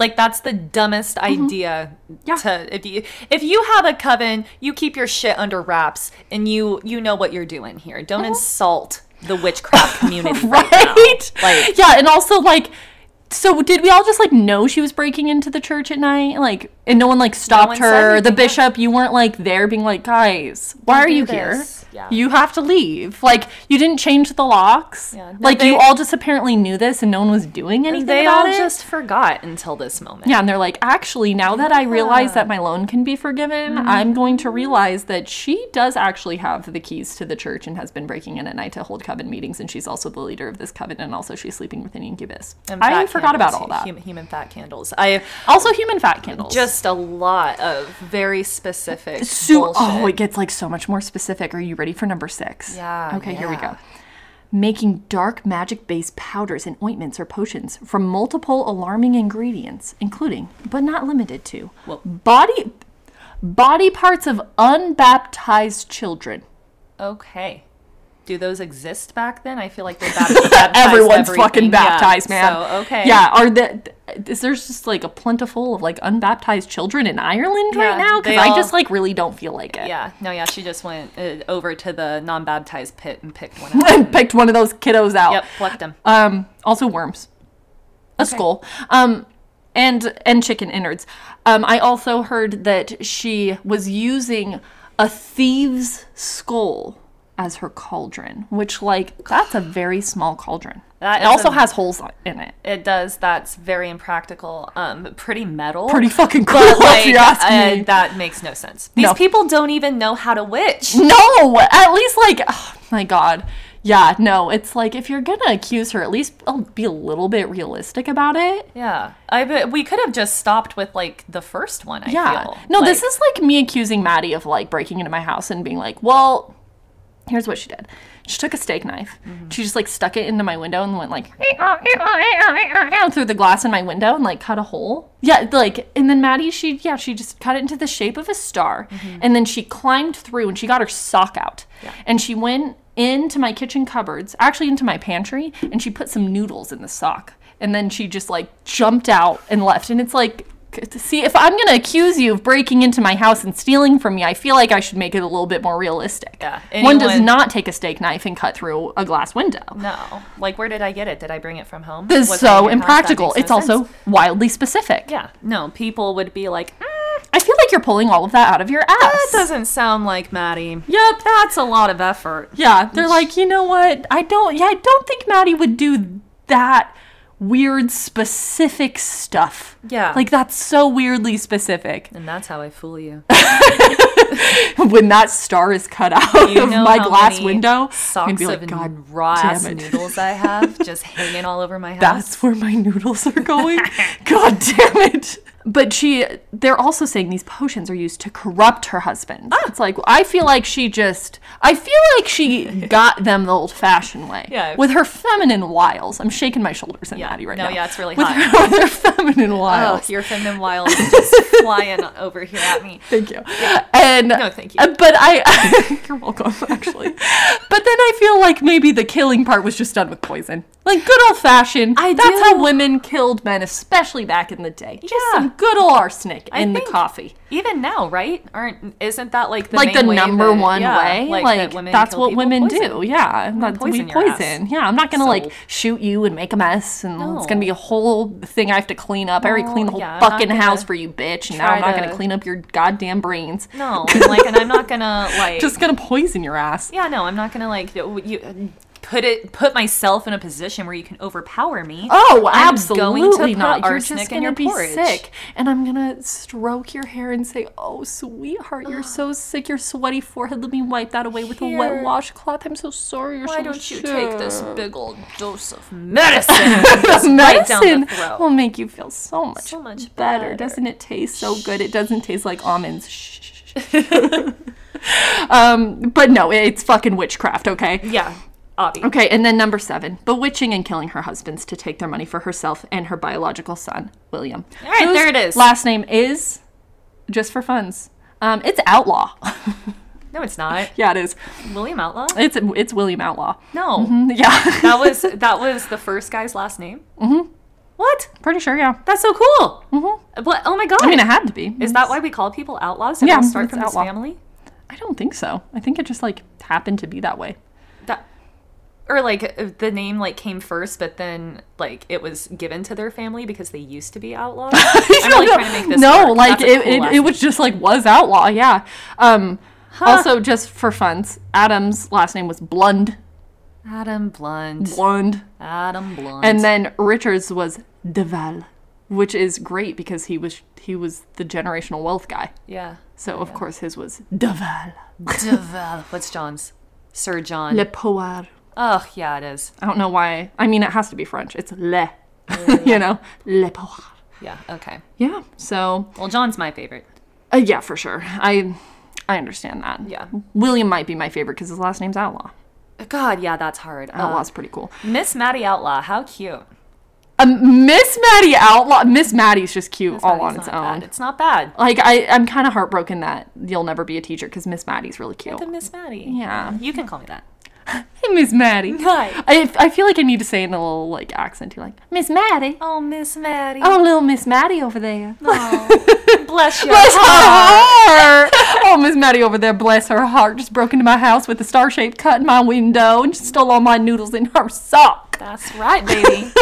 B: Like that's the dumbest idea
A: Mm-hmm. Yeah.
B: to if you if you have a coven, you keep your shit under wraps and you you know what you're doing here. Don't insult the witchcraft community. right? now.
A: Mm-hmm. right?
B: Like-
A: yeah, and also like, so did we all just like know she was breaking into the church at night? Like, and no one like stopped
B: one said
A: her. The
B: anything, yeah.
A: bishop, you weren't like there, being like, guys, why are
B: do
A: you
B: this."
A: here?
B: Yeah.
A: You have to leave. Like, you didn't change the locks.
B: Yeah. No,
A: like,
B: they-
A: you all just apparently knew this, and no one was doing anything
B: They
A: about
B: all
A: it.
B: just forgot until this moment.
A: yeah, and they're like, actually, now that I realize that my loan can be forgiven,
B: Mm-hmm.
A: I'm going to realize that she does actually have the keys to the church and has been breaking in at night to hold coven meetings, and she's also the leader of this coven, and also she's sleeping with an incubus.
B: And
A: I
B: fat
A: forgot about
B: candles,
A: all that.
B: Human, human fat candles. I
A: Also, human fat candles.
B: just a lot of very specific.
A: so.
B: bullshit.
A: Oh, it gets like so much more specific. Are you ready for number six?
B: Yeah,
A: Okay, here we
B: yeah.
A: go. Making dark magic based powders and ointments or potions from multiple alarming ingredients, including, but not limited to, body body parts of unbaptized children.
B: Okay. Do those exist back then? I feel like they're baptized. baptized
A: Everyone's fucking
B: everything. Yeah,
A: baptized, man.
B: So okay.
A: Yeah, are the is there's just like a plentiful of like unbaptized children in Ireland
B: Yeah,
A: right now? Because
B: they
A: I
B: all-
A: just like really don't feel like it.
B: Yeah, no, yeah, she just went uh, over to the non-baptized pit and picked one up.
A: I picked one of those kiddos out.
B: yep, plucked him.
A: Um, also worms, a skull, um, and and chicken innards. Um, I also heard that she was using a thieve's skull as her cauldron, which, like, that's a very small cauldron.
B: That
A: it
B: is
A: also
B: a-
A: has holes on- in it.
B: It does. That's very impractical. Um, pretty metal.
A: Pretty fucking cool,
B: But
A: if
B: like,
A: you ask
B: uh,
A: me.
B: that makes no sense. These
A: No.
B: people don't even know how to witch.
A: No, at least like, oh my god, yeah, no. It's like if you're gonna accuse her, at least uh, be a little bit realistic about it.
B: Yeah, I bet we could have just stopped with like the first one. I
A: Yeah,
B: feel.
A: no, this
B: Like,
A: is like me accusing Maddie of like breaking into my house and being like, well, here's what she did. She took a steak knife. She just like stuck it into my window and went like through the glass in my window and like cut a hole. Yeah, like and then Maddie, she yeah, she just cut it into the shape of a star, and then she climbed through and she got her sock out, and she went into my kitchen cupboards, actually into my pantry, and she put some noodles in the sock, and then she just like jumped out and left, and it's like. To see if I'm gonna accuse you of breaking into my house and stealing from me, I feel like I should make it a little bit more realistic.
B: Yeah,
A: One does
B: anyone-
A: not take a steak knife and cut through a glass window.
B: no. Like, where did I get it? Did I bring it from home?
A: This
B: Was
A: is
B: it in your house?
A: so
B: That
A: impractical.
B: makes no
A: It's also
B: sense.
A: wildly specific.
B: yeah. No, people would be like, mm,
A: I feel like you're pulling all of that out of your
B: that
A: ass.
B: doesn't sound like Maddie.
A: yep.
B: That's a lot of effort.
A: Yeah, they're like, you know what? I don't. Yeah, I don't think Maddie would do that weird specific stuff.
B: Yeah.
A: Like that's so weirdly specific.
B: And that's how I fool you.
A: when that star is cut out
B: You
A: of
B: know
A: my
B: how
A: glass
B: many
A: window,
B: Socks
A: and be
B: of
A: like, God,
B: raw ass
A: damn it."
B: noodles I have just hanging all over my house.
A: that's where my noodles are going. God damn it. But she, they're also saying these potions are used to corrupt her husband. It's like, I feel like she just, I feel like she got them the old fashioned way.
B: Yeah.
A: With her feminine wiles. I'm shaking my shoulders in
B: Yeah.
A: Maddie right
B: No,
A: now.
B: yeah, it's really
A: with
B: hot.
A: Her, with her feminine
B: Oh,
A: wiles.
B: your feminine wild is just flying over here at me.
A: Thank you. And
B: No, thank you.
A: uh, But I, you're welcome, actually. but then I feel like maybe the killing part was just done with poison, like good old fashioned.
B: I
A: That's how
B: do-
A: women killed men, especially back in the day. Just
B: Yeah.
A: some good old arsenic
B: I
A: in the
B: think
A: coffee,
B: Even now, right? Aren't isn't that like the
A: like the
B: main way
A: number
B: that-
A: one
B: yeah,
A: way. Like,
B: that women
A: that's
B: kill
A: what
B: people?
A: women
B: Poison.
A: do. Yeah, that's we
B: poison your ass.
A: poison. Yeah, I'm not gonna
B: So-
A: like shoot you and make a mess, and it's
B: No.
A: gonna be a whole thing I have to clean up. I already
B: No,
A: cleaned the whole
B: yeah, I'm not
A: fucking
B: gonna
A: house for you, bitch. And now
B: try
A: I'm not
B: to-
A: gonna clean up your goddamn brains.
B: No, and like, and I'm not gonna like.
A: Just gonna poison your ass.
B: yeah, no, I'm not gonna like you- you put it put myself in a position where you can overpower me.
A: Oh,
B: I'm
A: absolutely
B: going to put
A: not. You're
B: arsenic
A: just
B: in
A: gonna
B: your
A: be
B: porridge.
A: sick, and I'm gonna stroke your hair and say, "Oh, sweetheart, you're so sick. Your sweaty forehead. Let me wipe that away with a
B: Here.
A: wet washcloth. I'm so sorry. You're
B: Why
A: so
B: don't you
A: sick.
B: take this big old dose of medicine? Just right down
A: medicine
B: the throat.
A: will make you feel so much,
B: So much
A: better.
B: better.
A: Doesn't it taste so good? It doesn't taste like almonds. Shh, shh, shh, shh. um, but no, it's fucking witchcraft. Okay.
B: yeah, obvi.
A: Okay, and then number seven, bewitching and killing her husbands to take their money for herself and her biological son, William.
B: All right, there it is.
A: Last name is, just for funs, um, it's Outlaw.
B: No, it's not.
A: yeah, it is.
B: William Outlaw.
A: It's it's William Outlaw.
B: No,
A: Mm, Yeah,
B: that was that was the first guy's last name. Mm-hmm. What?
A: pretty sure. Yeah,
B: That's so cool. Mm-hmm. But oh my god,
A: I mean, it had to be.
B: is that why we call people outlaws? Did it
A: Yeah,
B: all start
A: it's
B: from his
A: outlaw.
B: family?
A: I don't think so. I think it just like happened to be that way.
B: That, or like uh, the name like came first, but then like it was given to their family because they used to be outlaws. I'm really trying to make this
A: no,
B: work.
A: like
B: That's a
A: it,
B: cool
A: it, it
B: lesson.
A: was just like was outlaw. Yeah. Um, Also, just for funs, Adam's last name was Blund.
B: Adam Blunt.
A: Blund.
B: Adam Blunt.
A: And then Richards was Deval, which is great because he was he was the generational wealth guy.
B: yeah,
A: So of course his was Deval.
B: Devel. What's John's? Sir John.
A: Le Poire.
B: oh yeah, it is.
A: I don't know why. I mean, it has to be French. It's le, you know, le Poire.
B: Yeah. Okay.
A: Yeah. So
B: Well, John's my favorite.
A: uh, yeah, for sure. I I understand that.
B: Yeah.
A: William might be my favorite because his last name's Outlaw.
B: God, yeah, that's hard. Uh,
A: Outlaw's pretty cool.
B: Miss Maddie Outlaw. How cute.
A: Um, Miss Maddie Outlaw. Miss Maddie's just cute
B: Miss
A: all
B: Maddie's
A: on its
B: not
A: own.
B: Bad. It's not bad.
A: Like I, I'm kind of heartbroken that you'll never be a teacher because Miss Maddie's really cute.
B: The Miss Maddie.
A: Yeah.
B: You can call me that.
A: Hey, Miss Maddie.
B: Hi.
A: I, I feel like I need to say it in a little like accent too, like Miss Maddie.
B: Oh, Miss Maddie.
A: Oh, little Miss Maddie over there.
B: Oh, bless your
A: Bless her
B: heart.
A: heart. oh, Miss Maddie over there, bless her heart, just broke into my house with a star shaped cut in my window and she stole all my noodles in her sock.
B: That's right, baby.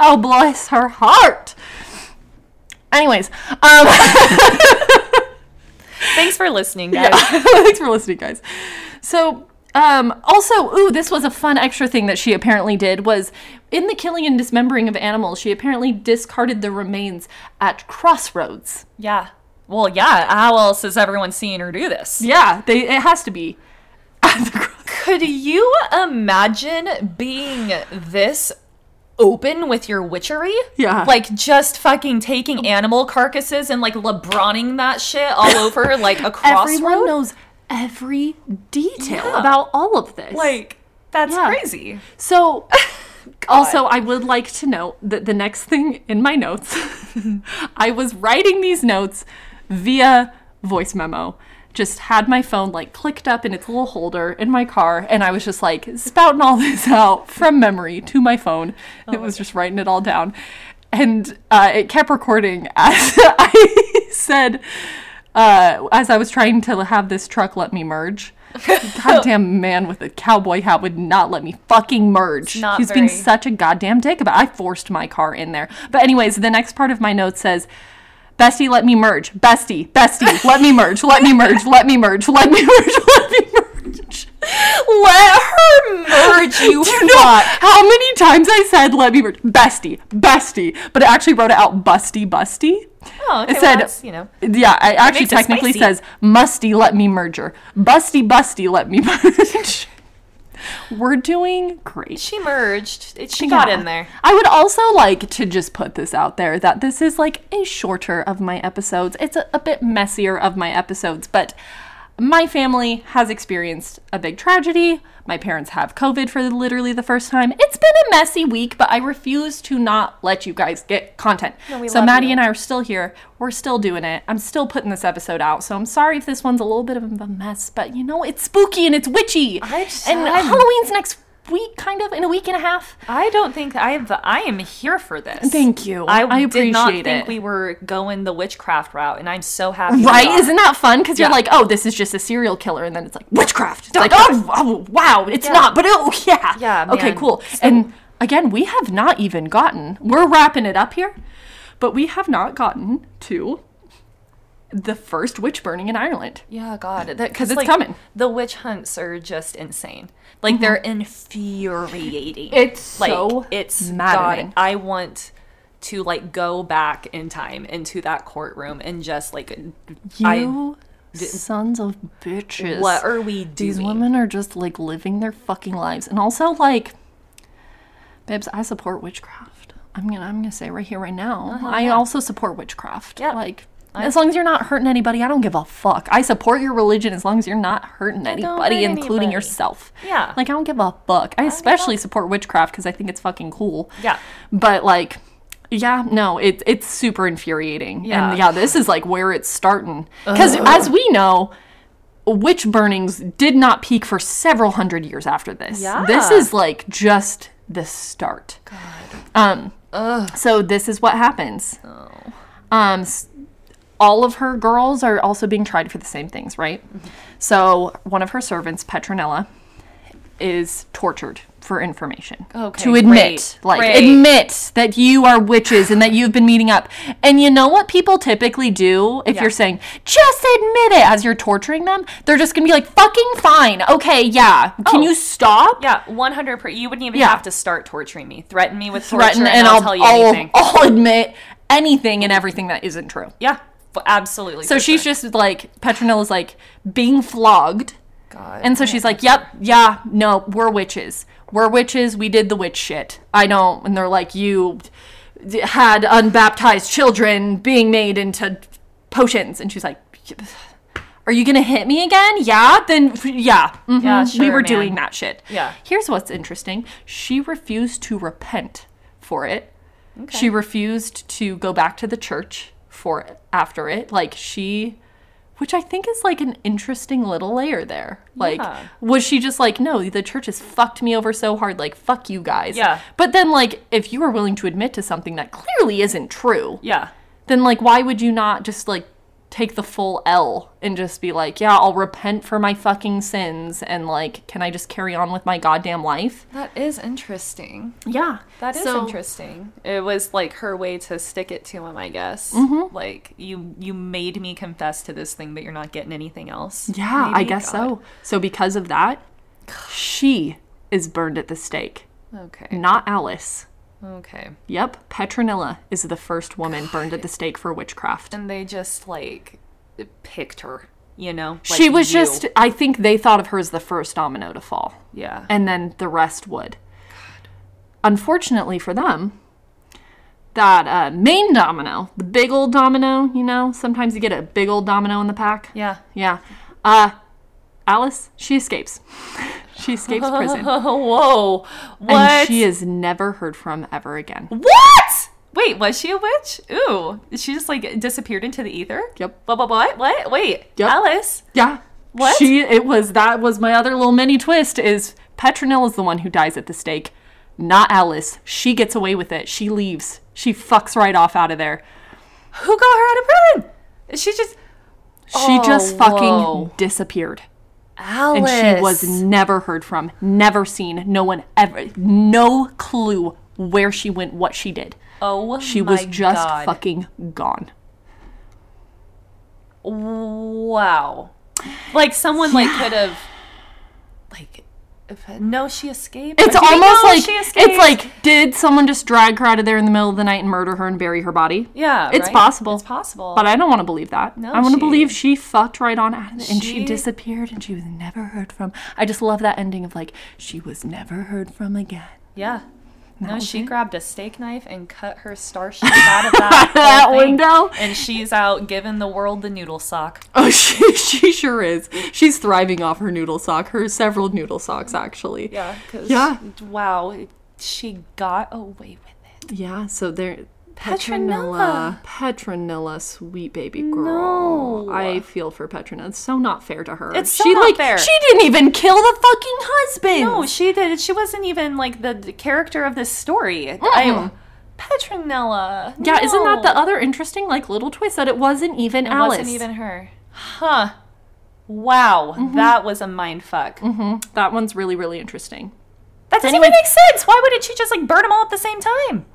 A: Oh, bless her heart. Anyways, um,
B: Thanks for listening, guys.
A: Thanks for listening, guys. So, um, also, ooh, this was a fun extra thing that she apparently did was in the killing and dismembering of animals. She apparently discarded the remains at crossroads.
B: Yeah. Well, yeah. How else has everyone seen her do this?
A: Yeah, they, it has to be. At the cross-
B: Could you imagine being this open with your witchery?
A: Yeah.
B: Like just fucking taking animal carcasses and like lebroning that shit all over like a
A: Everyone
B: crossroad.
A: knows every detail
B: Yeah.
A: about all of this.
B: Like that's
A: Yeah.
B: crazy.
A: So, also, I would like to note that the next thing in my notes, I was writing these notes via voice memo. Just had my phone like clicked up in its little holder in my car, and I was just like spouting all this out from memory to my phone. it was just writing it all down. And uh, it kept recording as I said, uh, as I was trying to have this truck let me merge. Goddamn man with a cowboy hat would not let me fucking merge.
B: not
A: He's being
B: very-
A: such a goddamn dick about. I forced my car in there. But anyways, the next part of my note says, "Bestie, let me merge. Bestie, bestie, let me merge. Let me merge. Let me merge. Let me merge. Let me merge."
B: Let her merge you.
A: Do you know how many times I said "let me merge"? Bestie, bestie, but I actually wrote it out "busty, busty."
B: Oh, okay,
A: It
B: well,
A: said,
B: that's, you know.
A: Yeah, it actually
B: makes it
A: technically
B: spicy.
A: says musty let me merger. Busty busty let me merge. We're doing great.
B: She merged. It, she got
A: Yeah.
B: in there.
A: I would also like to just put this out there that this is like a shorter of my episodes. It's a, a bit messier of my episodes, but my family has experienced a big tragedy. My parents have COVID for literally the first time. It's been a messy week, but I refuse to not let you guys get content.
B: we
A: so
B: love
A: Maddie
B: you.
A: and I are still here. We're still doing it. I'm still putting this episode out. So I'm sorry if this one's a little bit of a mess, but you know, it's spooky and it's witchy.
B: I just-
A: and
B: I'm-
A: Halloween's next week, kind of, in a week and a half.
B: I don't think I've. I am here for this.
A: Thank you.
B: I,
A: I
B: did not
A: appreciate
B: think
A: it.
B: we were going the witchcraft route, and I'm so happy. we
A: Right?
B: are.
A: Isn't that fun? Because you're
B: Yeah.
A: like, oh, this is just a serial killer, and then it's like witchcraft. It's like, oh, oh, wow, it's
B: Yeah.
A: not, but oh, yeah.
B: Yeah,
A: Okay,
B: man.
A: cool. and again, we have not even gotten. We're wrapping it up here, but we have not gotten to the first witch burning in Ireland.
B: Yeah, God, because
A: 'Cause it's coming. Mm-hmm.
B: The witch hunts are just insane. Like they're infuriating.
A: It's
B: like
A: so
B: it's
A: maddening.
B: God. I want to like go back in time into that courtroom and just like I,
A: You sons of bitches.
B: what are we doing?
A: These women are just like living their fucking lives, and also like, babes, I support witchcraft. I'm gonna I'm gonna say right here, right now,
B: Uh-huh,
A: I also support witchcraft.
B: Yeah.
A: like as long as you're not hurting anybody, I don't give a fuck. I support your religion as long as you're not hurting anybody,
B: hurt
A: including
B: anybody.
A: yourself.
B: Yeah.
A: like I don't give a fuck. I, especially support witchcraft because I think it's fucking cool.
B: Yeah.
A: but like. Yeah, no, it, it's super infuriating.
B: Yeah.
A: And yeah, this is like where it's starting. Because as we know, witch burnings did not peak for several hundred years after this.
B: Yeah.
A: This is like just the start. God. Um, So this is what happens. Oh. Um, s- all of her girls are also being tried for the same things, right? So one of her servants, Petronella, is tortured for information.
B: Okay,
A: To admit,
B: great,
A: like,
B: great.
A: admit that you are witches and that you've been meeting up. And you know what people typically do if
B: Yeah.
A: you're saying, just admit it as you're torturing them? They're just gonna be like, fucking fine. Okay, yeah. Can you stop?
B: Oh. Yeah, one hundred percent. You wouldn't even
A: Yeah.
B: have to start torturing me. Threaten me with torture,
A: Threaten,
B: and,
A: and
B: I'll,
A: I'll,
B: tell you
A: I'll,
B: anything.
A: I'll admit anything and everything that isn't true.
B: Yeah, f- absolutely.
A: So she's just like Petronella's like being flogged.
B: God.
A: And so she's like, "Yep, yeah, no, we're witches. We're witches. We did the witch shit. I don't." And they're like, "You d- had unbaptized children being made into potions." And she's like, "Are you gonna hit me again? Yeah, then f- yeah, mhm,
B: Yeah,
A: we
B: sure,
A: were
B: man.
A: doing that shit."
B: Yeah.
A: Here's what's interesting: she refused to repent for it. She refused to go back to the church for it after it. Like she which I think is like an interesting little layer there. Like,
B: Yeah.
A: was she just like, no, the church has fucked me over so hard, like, fuck you guys.
B: Yeah.
A: But then, like, if you are willing to admit to something that clearly isn't true,
B: yeah.
A: then, like, why would you not just, like, take the full L and just be like, yeah, I'll repent for my fucking sins and like, can I just carry on with my goddamn life?
B: That is interesting.
A: Yeah.
B: That is
A: So-
B: interesting. It was like her way to stick it to him, I guess.
A: Mm-hmm.
B: Like you, you made me confess to this thing, but you're not getting anything else.
A: Yeah, I
B: Maybe?
A: guess
B: God.
A: so. So because of that, she is burned at the stake,
B: Okay.
A: not Alice.
B: Okay.
A: Yep, Petronilla is the first woman burned at the stake for witchcraft.
B: And they just like picked her. You know. Like
A: she was
B: you.
A: just, I think they thought of her as the first domino to fall,
B: Yeah.
A: and then the rest would. Unfortunately for them, that uh, main domino, the big old domino, you know, sometimes you get a big old domino in the pack.
B: yeah.
A: Yeah. Uh, Alice, she escapes. she escapes prison.
B: Whoa.
A: And
B: What?
A: she is never heard from ever again.
B: What? Wait, was she a witch? Ooh, she just like disappeared into the ether.
A: Yep.
B: Blah blah blah. What? Wait,
A: Yep.
B: Alice.
A: Yeah.
B: What?
A: She it was that was my other little mini twist is Petronella is the one who dies at the stake, not Alice. She gets away with it. She leaves. She fucks right off out of there.
B: Who got her out of prison? She just
A: She just
B: Oh,
A: fucking
B: whoa.
A: disappeared.
B: Alice.
A: And she was never heard from, never seen, no one ever no clue where she went, what she did.
B: Oh,
A: She
B: my
A: was just
B: God.
A: fucking gone.
B: Wow. Like someone like could have like. if- No, she escaped.
A: It's
B: Or do we
A: almost
B: know
A: like
B: she escaped?
A: it's like did someone just drag her out of there in the middle of the night and murder her and bury her body?
B: yeah,
A: it's
B: right?
A: possible.
B: It's possible.
A: But I don't want to believe that.
B: No,
A: I want to
B: she-
A: believe she fucked right on out of it and she...
B: She-
A: disappeared and she was never heard from. I just love that ending of like she was never heard from again.
B: yeah. No,
A: was
B: she
A: it.
B: grabbed a steak knife and cut her star shape out of that,
A: That
B: whole thing.
A: window.
B: and she's out giving the world the noodle sock.
A: Oh, she she sure is. She's thriving off her noodle sock, her several noodle socks actually.
B: Yeah, because
A: Yeah.
B: wow, she got away with it.
A: Yeah, so there
B: Petronella.
A: Petronella, Petronilla, sweet baby girl.
B: No.
A: I feel for Petronilla. It's so not fair to her.
B: It's so not fair.
A: She didn't even kill the fucking husband.
B: No, she did. She wasn't even like the d- character of this story. I, Petronella.
A: yeah, isn't that the
B: no.
A: other interesting like little twist that it wasn't even
B: It
A: Alice?
B: Wasn't even her. Huh. Wow,
A: Mm-hmm.
B: that was a mind fuck.
A: That one's really really interesting.
B: That doesn't
A: Mm-hmm. Anyway-
B: even make sense. Why wouldn't she just like burn them all at the same time?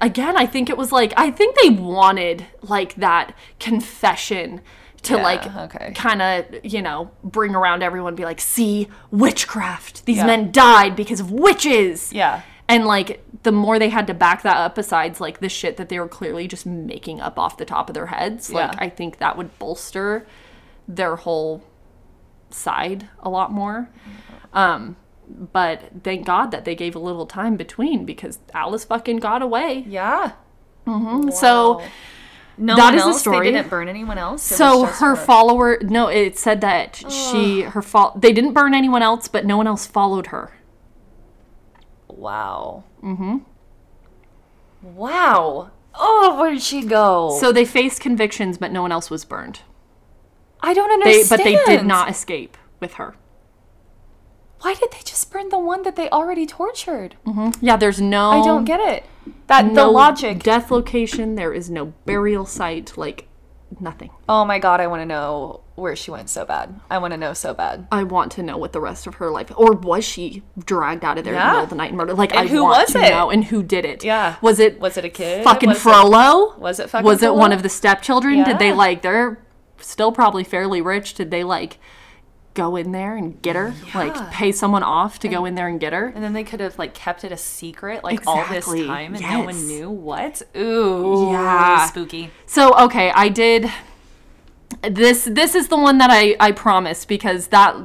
A: Again, I think it was like I think they wanted like that confession to
B: Yeah,
A: like
B: okay.
A: kind of you know bring around everyone, be like, see witchcraft. These
B: Yeah.
A: men died because of witches.
B: Yeah.
A: And like the more they had to back that up, besides like the shit that they were clearly just making up off the top of their heads,
B: Yeah.
A: like I think that would bolster their whole side a lot more. Um, but thank God that they gave a little time between because Alice fucking got away.
B: Yeah.
A: So
B: No
A: That
B: one
A: is the
B: else.
A: story.
B: They didn't burn anyone else. It
A: so
B: was just
A: her follower no, it said that she her fol- they didn't burn anyone else, but no one else followed her.
B: Wow. Mm-hmm. Wow. Oh, where did she go?
A: So they faced convictions, but no one else was burned.
B: I don't
A: They,
B: understand.
A: but they did not escape with her.
B: Why did they just burn the one that they already tortured?
A: Yeah, there's no.
B: I don't get it. That
A: no
B: the logic.
A: Death location. There is no burial site. Like nothing.
B: oh my god, I want to know where she went so bad. I want to know so bad.
A: I want to know what the rest of her life, or was she dragged out of there in the
B: Yeah.
A: middle of the night and murdered? Like, I
B: And who
A: want
B: was
A: to
B: it?
A: know, and who did it?
B: Yeah.
A: was it
B: Was it a kid?
A: fucking
B: Was it-
A: Frollo?
B: was it fucking
A: was it one
B: Frollo?
A: of the stepchildren? Did they
B: Yeah.
A: like? They're still probably fairly rich. Did they like go in there and get her? Like, pay someone off to go in there and get her?
B: And then they could have like kept it a secret like all
A: Exactly.
B: this time and no
A: Yes.
B: one knew what. Ooh,
A: Yeah.
B: spooky.
A: So okay, I did this this is the one that I I promised because that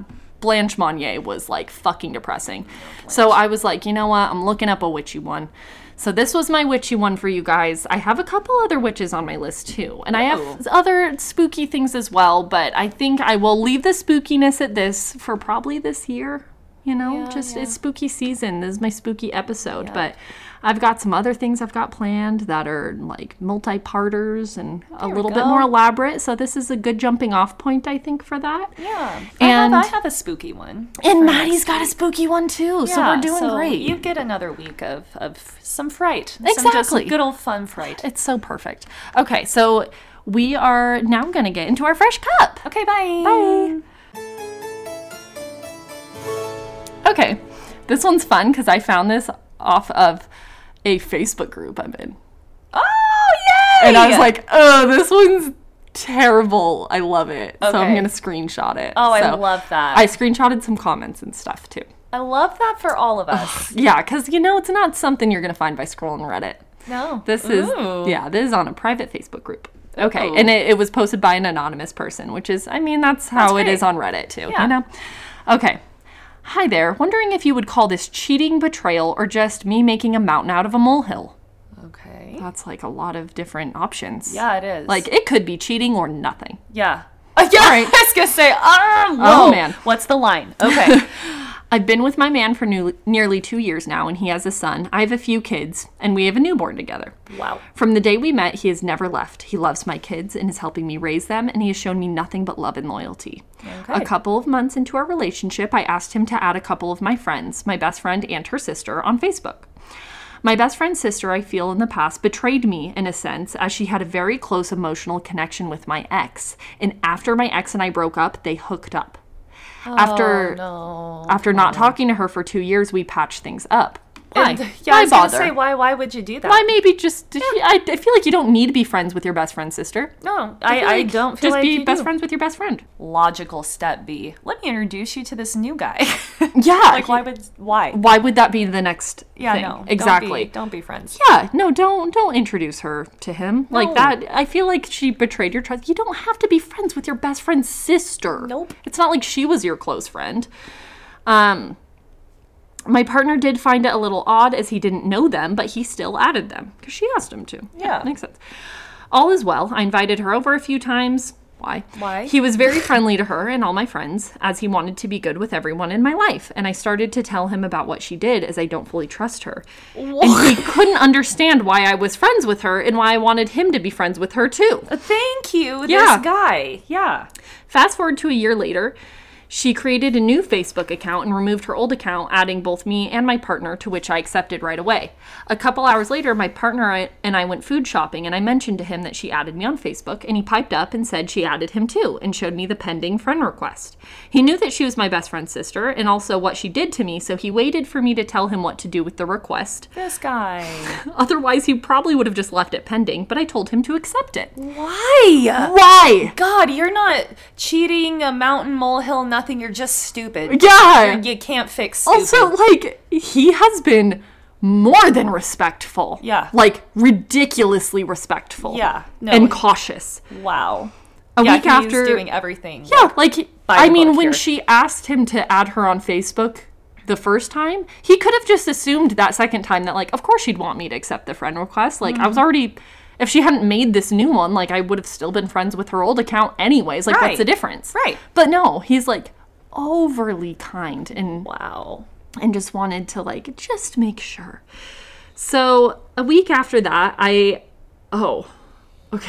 A: Blanche Monnier was like fucking depressing. so I was like, you know what? I'm looking up a witchy one. So this was my witchy one for you guys. I have a couple other witches on my list too. And I have
B: Ooh.
A: other spooky things as well, but I think I will leave the spookiness at this for probably this year. You know,
B: Yeah,
A: just
B: yeah.
A: it's spooky season. This is my spooky episode, but I've got some other things I've got planned that are like multi-parters and a
B: we
A: little bit
B: go.
A: more elaborate. So this is a good jumping off point, I think, for that.
B: Yeah.
A: And-
B: I have, I have a spooky one.
A: And
B: for
A: Maddie's
B: next
A: got a
B: week.
A: spooky one too, so
B: Yeah,
A: we're doing
B: so
A: great.
B: You get another week of, of some fright. Some just
A: Exactly.
B: good old fun fright.
A: It's so perfect. Okay, so we are now going to get into our fresh cup.
B: Okay, bye.
A: Bye. Okay, this one's fun because I found this off of a Facebook group I'm in.
B: Oh, yay!
A: And I was like, oh, this one's terrible. I love it. So I'm
B: Okay.
A: going to screenshot it.
B: oh, I
A: So
B: love that.
A: I screenshotted some comments and stuff too.
B: I love that for all of us.
A: Yeah, because you know, it's not something you're going to find by scrolling Reddit.
B: no.
A: This is,
B: Ooh. Oh.
A: yeah, this is on a private Facebook group. Okay,
B: Ooh.
A: and it, it was posted by an anonymous person, which is, I mean, that's how
B: That's
A: it is
B: great.
A: on Reddit too,
B: Yeah.
A: you know? Okay. Hi there. Wondering if you would call this cheating, betrayal, or just me making a mountain out of a molehill.
B: Okay.
A: That's like a lot of different options.
B: Yeah, it is.
A: Like, it could be cheating or nothing.
B: yeah. Uh, yeah,
A: right.
B: I was gonna say, ah,
A: Oh,
B: whoa.
A: man.
B: What's the line? Okay.
A: I've been with my man for new, nearly two years now, and he has a son. I have a few kids, and we have a newborn together.
B: wow.
A: From the day we met, he has never left. He loves my kids and is helping me raise them, and he has shown me nothing but love and loyalty.
B: Okay.
A: A couple of months into our relationship, I asked him to add a couple of my friends, my best friend and her sister, on Facebook. My best friend's sister, I feel in the past, betrayed me in a sense, as she had a very close emotional connection with my ex. And after my ex and I broke up, they hooked up. after
B: Oh, No.
A: after not talking to her for two years, we patched things up. Why?
B: And- yeah,
A: why
B: I was gonna
A: bother?
B: say, why? Why would you do that?
A: why maybe just? did you- I, I feel like you don't need to be friends with your best friend's sister.
B: No, I,
A: feel
B: I
A: like
B: don't feel
A: just
B: like
A: be
B: you
A: best
B: do.
A: friends with your best friend.
B: Logical step B. Let me introduce you to this new guy.
A: Yeah,
B: like, why would why?
A: Why would that be the next?
B: Yeah,
A: thing?
B: no,
A: exactly.
B: Don't be, don't be friends.
A: Yeah, no, don't don't introduce her to him like
B: No.
A: that. I feel like she betrayed your trust. You don't have to be friends with your best friend's sister.
B: Nope.
A: It's not like she was your close friend. Um my partner did find it a little odd as he didn't know them, but he still added them because she asked him to.
B: Yeah.
A: Makes sense. All is well. I invited her over a few times. Why?
B: Why?
A: He was very friendly to her and all my friends, as he wanted to be good with everyone in my life. And I started to tell him about what she did, as I don't fully trust her. And he couldn't understand why I was friends with her and why I wanted him to be friends with her too.
B: Thank you,
A: Yeah.
B: this guy. Yeah.
A: Fast forward to a year later, she created a new Facebook account and removed her old account, adding both me and my partner, to which I accepted right away. A couple hours later, my partner and I went food shopping, and I mentioned to him that she added me on Facebook, and he piped up and said she added him too, and showed me the pending friend request. He knew that she was my best friend's sister, and also what she did to me, so he waited for me to tell him what to do with the request.
B: This guy.
A: Otherwise, he probably would have just left it pending, but I told him to accept it.
B: Why?
A: Why?
B: God, you're not cheating a mountain, molehill, nothing. You're just stupid.
A: Yeah!
B: You can't fix stupid.
A: Also, like, he has been more than respectful.
B: Yeah.
A: Like, ridiculously respectful.
B: Yeah, no,
A: and
B: he-
A: cautious.
B: wow.
A: A
B: yeah,
A: week
B: he's
A: after.
B: doing everything.
A: yeah, like,
B: By the
A: I mean,
B: book
A: when
B: here.
A: she asked him to add her on Facebook the first time, he could have just assumed that second time that, like, of course she'd want me to accept the friend request. Like,
B: Mm-hmm.
A: I was already. If she hadn't made this new one, like, I would have still been friends with her old account anyways. Like, what's
B: Right.
A: the difference?
B: Right.
A: But no, he's like overly kind and
B: Wow.
A: and just wanted to like just make sure. So a week after that, I oh, okay.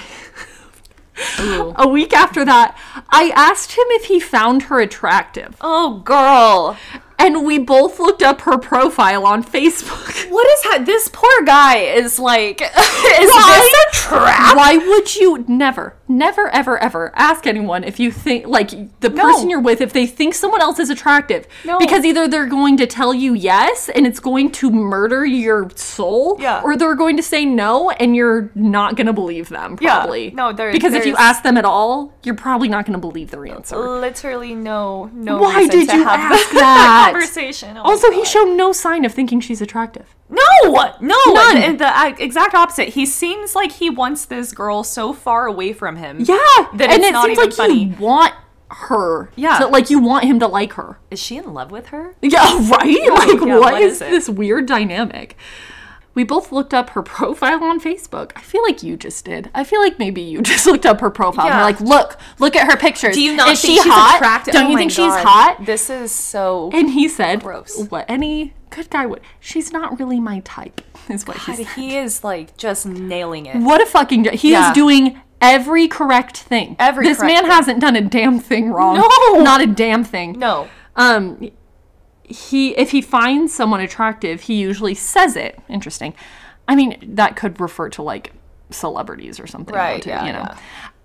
A: a week after that, I asked him if he found her attractive,
B: Oh, girl.
A: and we both looked up her profile on Facebook.
B: What is that? This poor guy is like. is
A: Why?
B: this a trap?
A: Why would you never, never, ever, ever ask anyone if you think like the person you're with if they think someone else is attractive?
B: No.
A: Because either they're going to tell you yes and it's going to murder your soul,
B: Yeah.
A: or they're going to say no and you're not going to believe them.
B: Yeah.
A: Probably
B: No, there-
A: because if you
B: there's-
A: ask them at all, you're probably not going to believe their answer.
B: Literally, no, no.
A: Why
B: reason
A: did
B: to
A: you
B: have
A: ask
B: that,
A: that?
B: conversation? Oh my
A: Also, he
B: God.
A: showed no sign of thinking she's attractive.
B: No, no,
A: None.
B: and The, uh, exact opposite. He seems like he wants this girl so far away from him.
A: Yeah,
B: Then
A: and
B: it's
A: it
B: not
A: seems
B: even
A: like you
B: funny.
A: want her.
B: Yeah.
A: to, like you want him to like her.
B: Is she in love with her?
A: Yeah, right? like,
B: yeah,
A: what
B: what
A: is,
B: is it?
A: this weird dynamic? We both looked up her profile on Facebook. I feel like you just did. I feel like maybe you just looked up her profile.
B: Yeah.
A: And you're like, look, look at her pictures.
B: Do you not
A: is
B: think
A: she
B: she's
A: hot?
B: attractive?
A: Don't
B: Oh
A: you
B: my
A: think she's
B: God.
A: hot?
B: This is so.
A: And he said,
B: Gross.
A: what any good guy would. She's not really my type, is what he said.
B: he is like just nailing it.
A: What a fucking. jo- He
B: Yeah.
A: is doing every correct thing.
B: Every
A: This
B: correct
A: man
B: thing.
A: hasn't done a damn thing wrong.
B: No.
A: Not a damn thing.
B: No.
A: Um, he if he finds someone attractive, he usually says it. Interesting. I mean, that could refer to like celebrities or something.
B: Right,
A: onto it,
B: yeah,
A: you know.
B: yeah.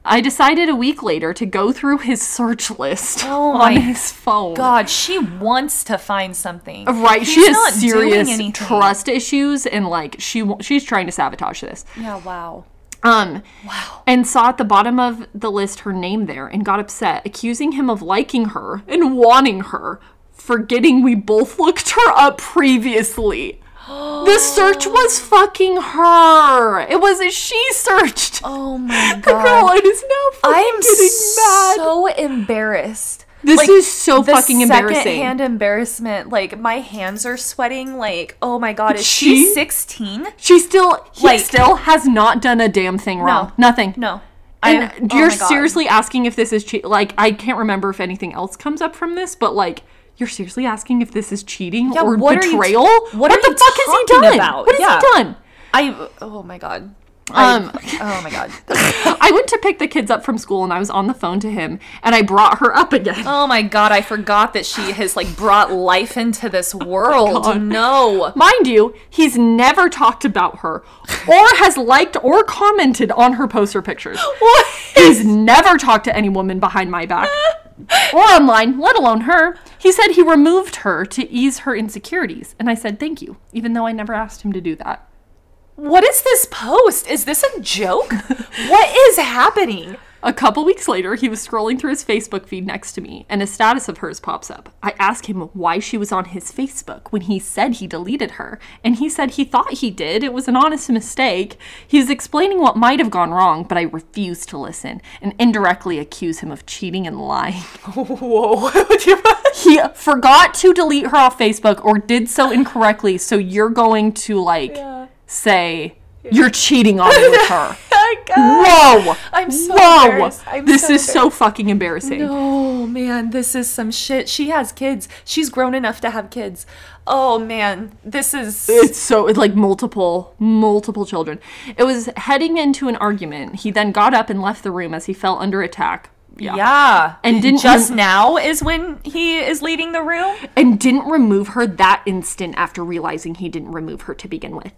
A: I decided a week later to go through his search list
B: Oh
A: on
B: my
A: his phone.
B: God, she wants to find something.
A: Right, she
B: He's not
A: has
B: doing anything.
A: serious trust issues, and like she wa- she's trying to sabotage this.
B: Yeah, wow.
A: Um,
B: Wow.
A: and saw at the bottom of the list her name there and got upset, accusing him of liking her and wanting her, forgetting we both looked her up previously. the search was fucking her. It was a she searched.
B: Oh my
A: the girl
B: God.
A: it is now fucking
B: I'm
A: getting mad.
B: so embarrassed.
A: This is so
B: the
A: fucking embarrassing.
B: Secondhand embarrassment. Like my hands are sweating. Like oh my god, is she,
A: She-
B: 16?
A: she still he
B: Like-
A: still has not done a damn thing wrong. Nothing.
B: No,
A: And
B: am- oh
A: you're
B: my God.
A: seriously asking if this is che- like I can't remember if anything else comes up from this, but like you're seriously asking if this is cheating
B: Yeah,
A: or
B: what are you-
A: betrayal.
B: what are
A: the
B: you
A: fuck has he
B: talking
A: done?
B: about?
A: What has
B: Yeah.
A: he done?
B: I oh my god.
A: Um,
B: Oh my god.
A: I went to pick the kids up from school and I was on the phone to him and I brought her up again.
B: Oh my god, I forgot that she has like brought life into this world.
A: Oh God.
B: no.
A: Mind you, he's never talked about her or has liked or commented on her poster pictures.
B: What?
A: He's never talked to any woman behind my back or online, let alone her. He said he removed her to ease her insecurities. And I said, thank you, even though I never asked him to do that.
B: What is this post? Is this a joke? what is happening?
A: A couple weeks later, he was scrolling through his Facebook feed next to me, and a status of hers pops up. I ask him why she was on his Facebook when he said he deleted her, and he said he thought he did. It was an honest mistake. He was explaining what might have gone wrong, but I refused to listen and indirectly accuse him of cheating and lying.
B: Whoa.
A: He forgot to delete her off Facebook or did so incorrectly, so you're going to like say you're cheating on me with her. Whoa!
B: I'm so
A: Whoa!
B: embarrassed. I'm
A: this
B: so
A: is so fucking embarrassing.
B: Oh man, this is some shit. She has kids. She's grown enough to have kids. Oh man, this is
A: It's so it's like multiple, multiple children. It was heading into an argument. He then got up and left the room as he fell under attack. Yeah.
B: yeah.
A: And didn't
B: just
A: rem-
B: now is when he is leaving the room.
A: and didn't remove her that instant after realizing he didn't remove her to begin with.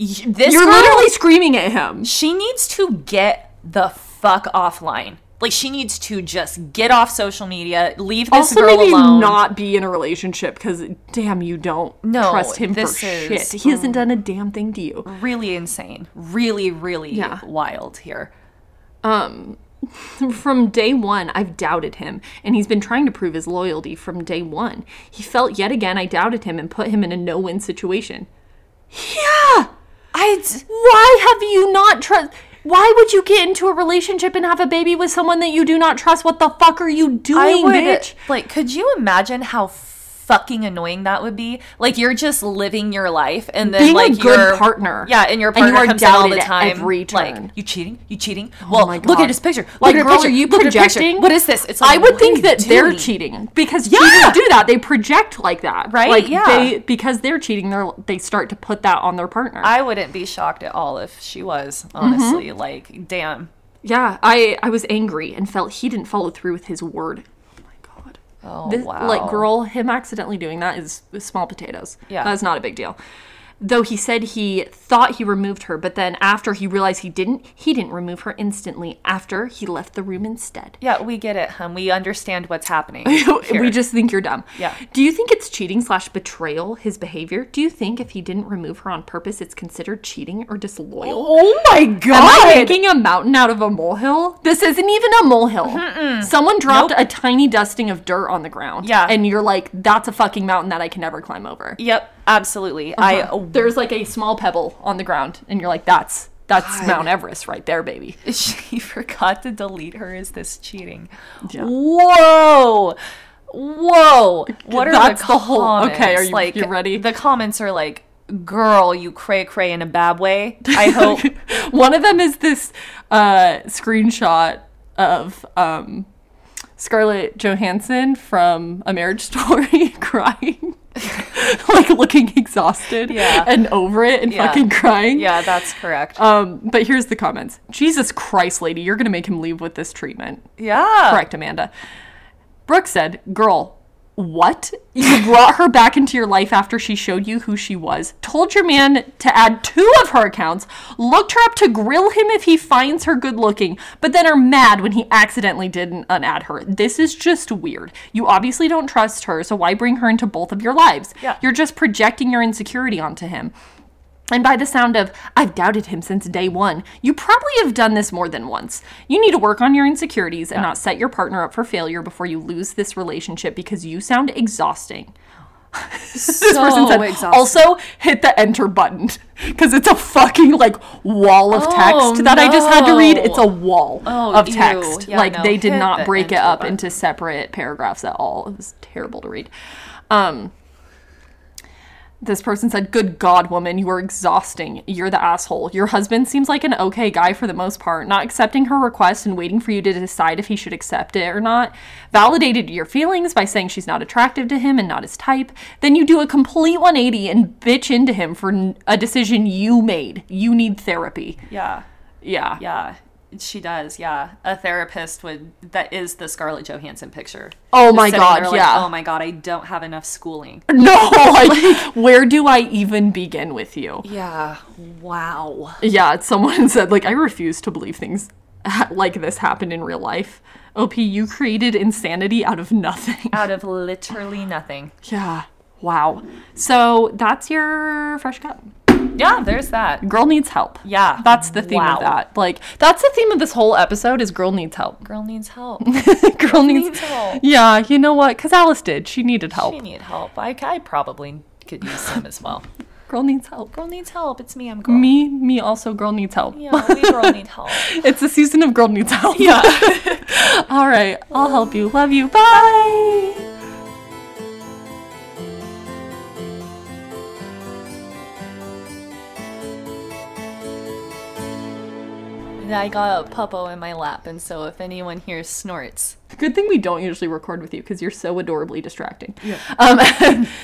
B: Y- This
A: You're
B: girl,
A: literally screaming at him.
B: she needs to get the fuck offline. Like she needs to just get off social media, leave this
A: also
B: girl
A: maybe
B: alone.
A: not be in a relationship because damn you don't
B: No,
A: trust him for
B: this is- Mm.
A: shit he hasn't done a damn thing to you
B: really insane. Really, really
A: Yeah.
B: wild here.
A: from day one i've doubted him and he's been trying to prove his loyalty from day one he felt yet again i doubted him and put him in a no-win situation yeah
B: I
A: why have you not trust why would you get into a relationship and have a baby with someone that you do not trust what the fuck are you doing
B: I would
A: bitch
B: like. Could you imagine how fucking annoying that would be? Like you're just living your life, and then
A: Being a
B: like
A: good
B: your-
A: partner.
B: Yeah, and your
A: And you
B: partner
A: are
B: comes in all the
A: doubted at
B: time.
A: every
B: Like
A: turn. Oh
B: you cheating, you cheating. well,
A: my
B: look
A: God.
B: at his picture. Look
A: Like,
B: at her
A: girl,
B: picture.
A: are you
B: Look at her picture.
A: projecting?
B: What is this? It's
A: I would
B: like, what are
A: think
B: you
A: that they're
B: doing?
A: cheating because cheaters do that. They project like that,
B: Right?
A: Like
B: Yeah.
A: they because they're cheating, they they start to put that on their partner.
B: I wouldn't be shocked at all if she was
A: Mm-hmm.
B: honestly like, damn.
A: yeah, I I was angry and felt he didn't follow through with his word. Oh my god,
B: Oh
A: This-
B: wow.
A: like girl, him accidentally doing that is, is small potatoes.
B: Yeah.
A: that's not a big deal. Though he said he thought he removed her, but then after he realized he didn't, he didn't remove her instantly. After he left the room instead.
B: Yeah, we get it, hun. We understand what's happening.
A: we just think you're dumb.
B: Yeah.
A: Do you think it's cheating slash betrayal, his behavior? Do you think if he didn't remove her on purpose, it's considered cheating or disloyal?
B: Oh my god!
A: Am I making a mountain out of a molehill? This isn't even a molehill. Someone dropped a tiny dusting of dirt on the ground.
B: Yeah.
A: And you're like, that's a fucking mountain that I can never climb over.
B: Yep, absolutely. I
A: There's like a small pebble on the ground, and you're like, that's that's Mount Everest right there, baby.
B: she forgot to delete her is this cheating
A: Yeah.
B: whoa whoa what are
A: That's
B: the,
A: the whole-
B: comments?
A: okay, are you-
B: like
A: you ready?
B: the comments are like girl you cray cray in a bad way i hope
A: One of them is this uh, screenshot of um, Scarlett Johansson from A Marriage Story crying, like looking exhausted
B: Yeah.
A: and over it and
B: Yeah.
A: fucking crying.
B: yeah that's correct
A: Um, but here's the comments. Jesus Christ, lady, you're gonna make him leave with this treatment.
B: yeah
A: Correct, Amanda. Brooke said, "Girl, What? You brought her back into your life after she showed you who she was, told your man to add two of her accounts, looked her up to grill him if he finds her good looking, but then are mad when he accidentally didn't unadd her. This is just weird. You obviously don't trust her, so why bring her into both of your lives?
B: Yeah.
A: You're just projecting your insecurity onto him. And by the sound of, I've doubted him since day one, you probably have done this more than once. You need to work on your insecurities and not set your partner up for failure before you lose this relationship because you sound exhausting.
C: this
A: This person said, also hit the enter button because it's a fucking like wall of
B: Oh,
A: text that I just had to read.
B: no.
A: It's a wall
B: Oh,
A: of
B: ew.
A: text.
B: Yeah,
A: like
B: no.
A: they did
B: Hit
A: not
B: the
A: break it
B: enter
A: up
B: button.
A: into separate paragraphs at all. It was terrible to read. Um, this person said, Good God, woman, you are exhausting. You're the asshole. Your husband seems like an okay guy for the most part, not accepting her request and waiting for you to decide if he should accept it or not. Validated your feelings by saying she's not attractive to him and not his type. Then you do a complete 180 and bitch into him for n- a decision you made. You need therapy.
B: Yeah.
A: Yeah.
B: Yeah. She does. Yeah. A therapist would. That is the Scarlett Johansson picture.
A: Oh
B: Just
A: my
B: sitting
A: God,
B: there like,
A: yeah.
B: oh my god. I don't have enough schooling.
A: No, like, where do I even begin with you?
B: Yeah. Wow.
A: Yeah, someone said, like, I refuse to believe things ha- like this happened in real life. OP, you created insanity out of nothing.
B: Out of literally nothing.
A: yeah. Wow. So that's your fresh cut.
B: Yeah. There's that.
A: Girl needs help.
B: Yeah.
A: That's the theme
B: Wow.
A: of that. Like, that's the theme of this whole episode is girl needs help.
B: Girl needs help.
A: girl needs,
B: needs help.
A: Yeah, you know what? Because Alice did. She needed help.
B: She need help. I, I probably could use some as well.
A: girl needs help.
B: Girl needs help. It's me. I'm girl.
A: Me, me also, girl needs help.
B: Yeah. We girl need help.
A: It's the season of girl needs help. Yeah. All right. I'll help you. Love you. Bye.
B: I got a puppo in my lap, and so if anyone here snorts,
A: Good thing we don't usually record with you because you're so adorably distracting. Um,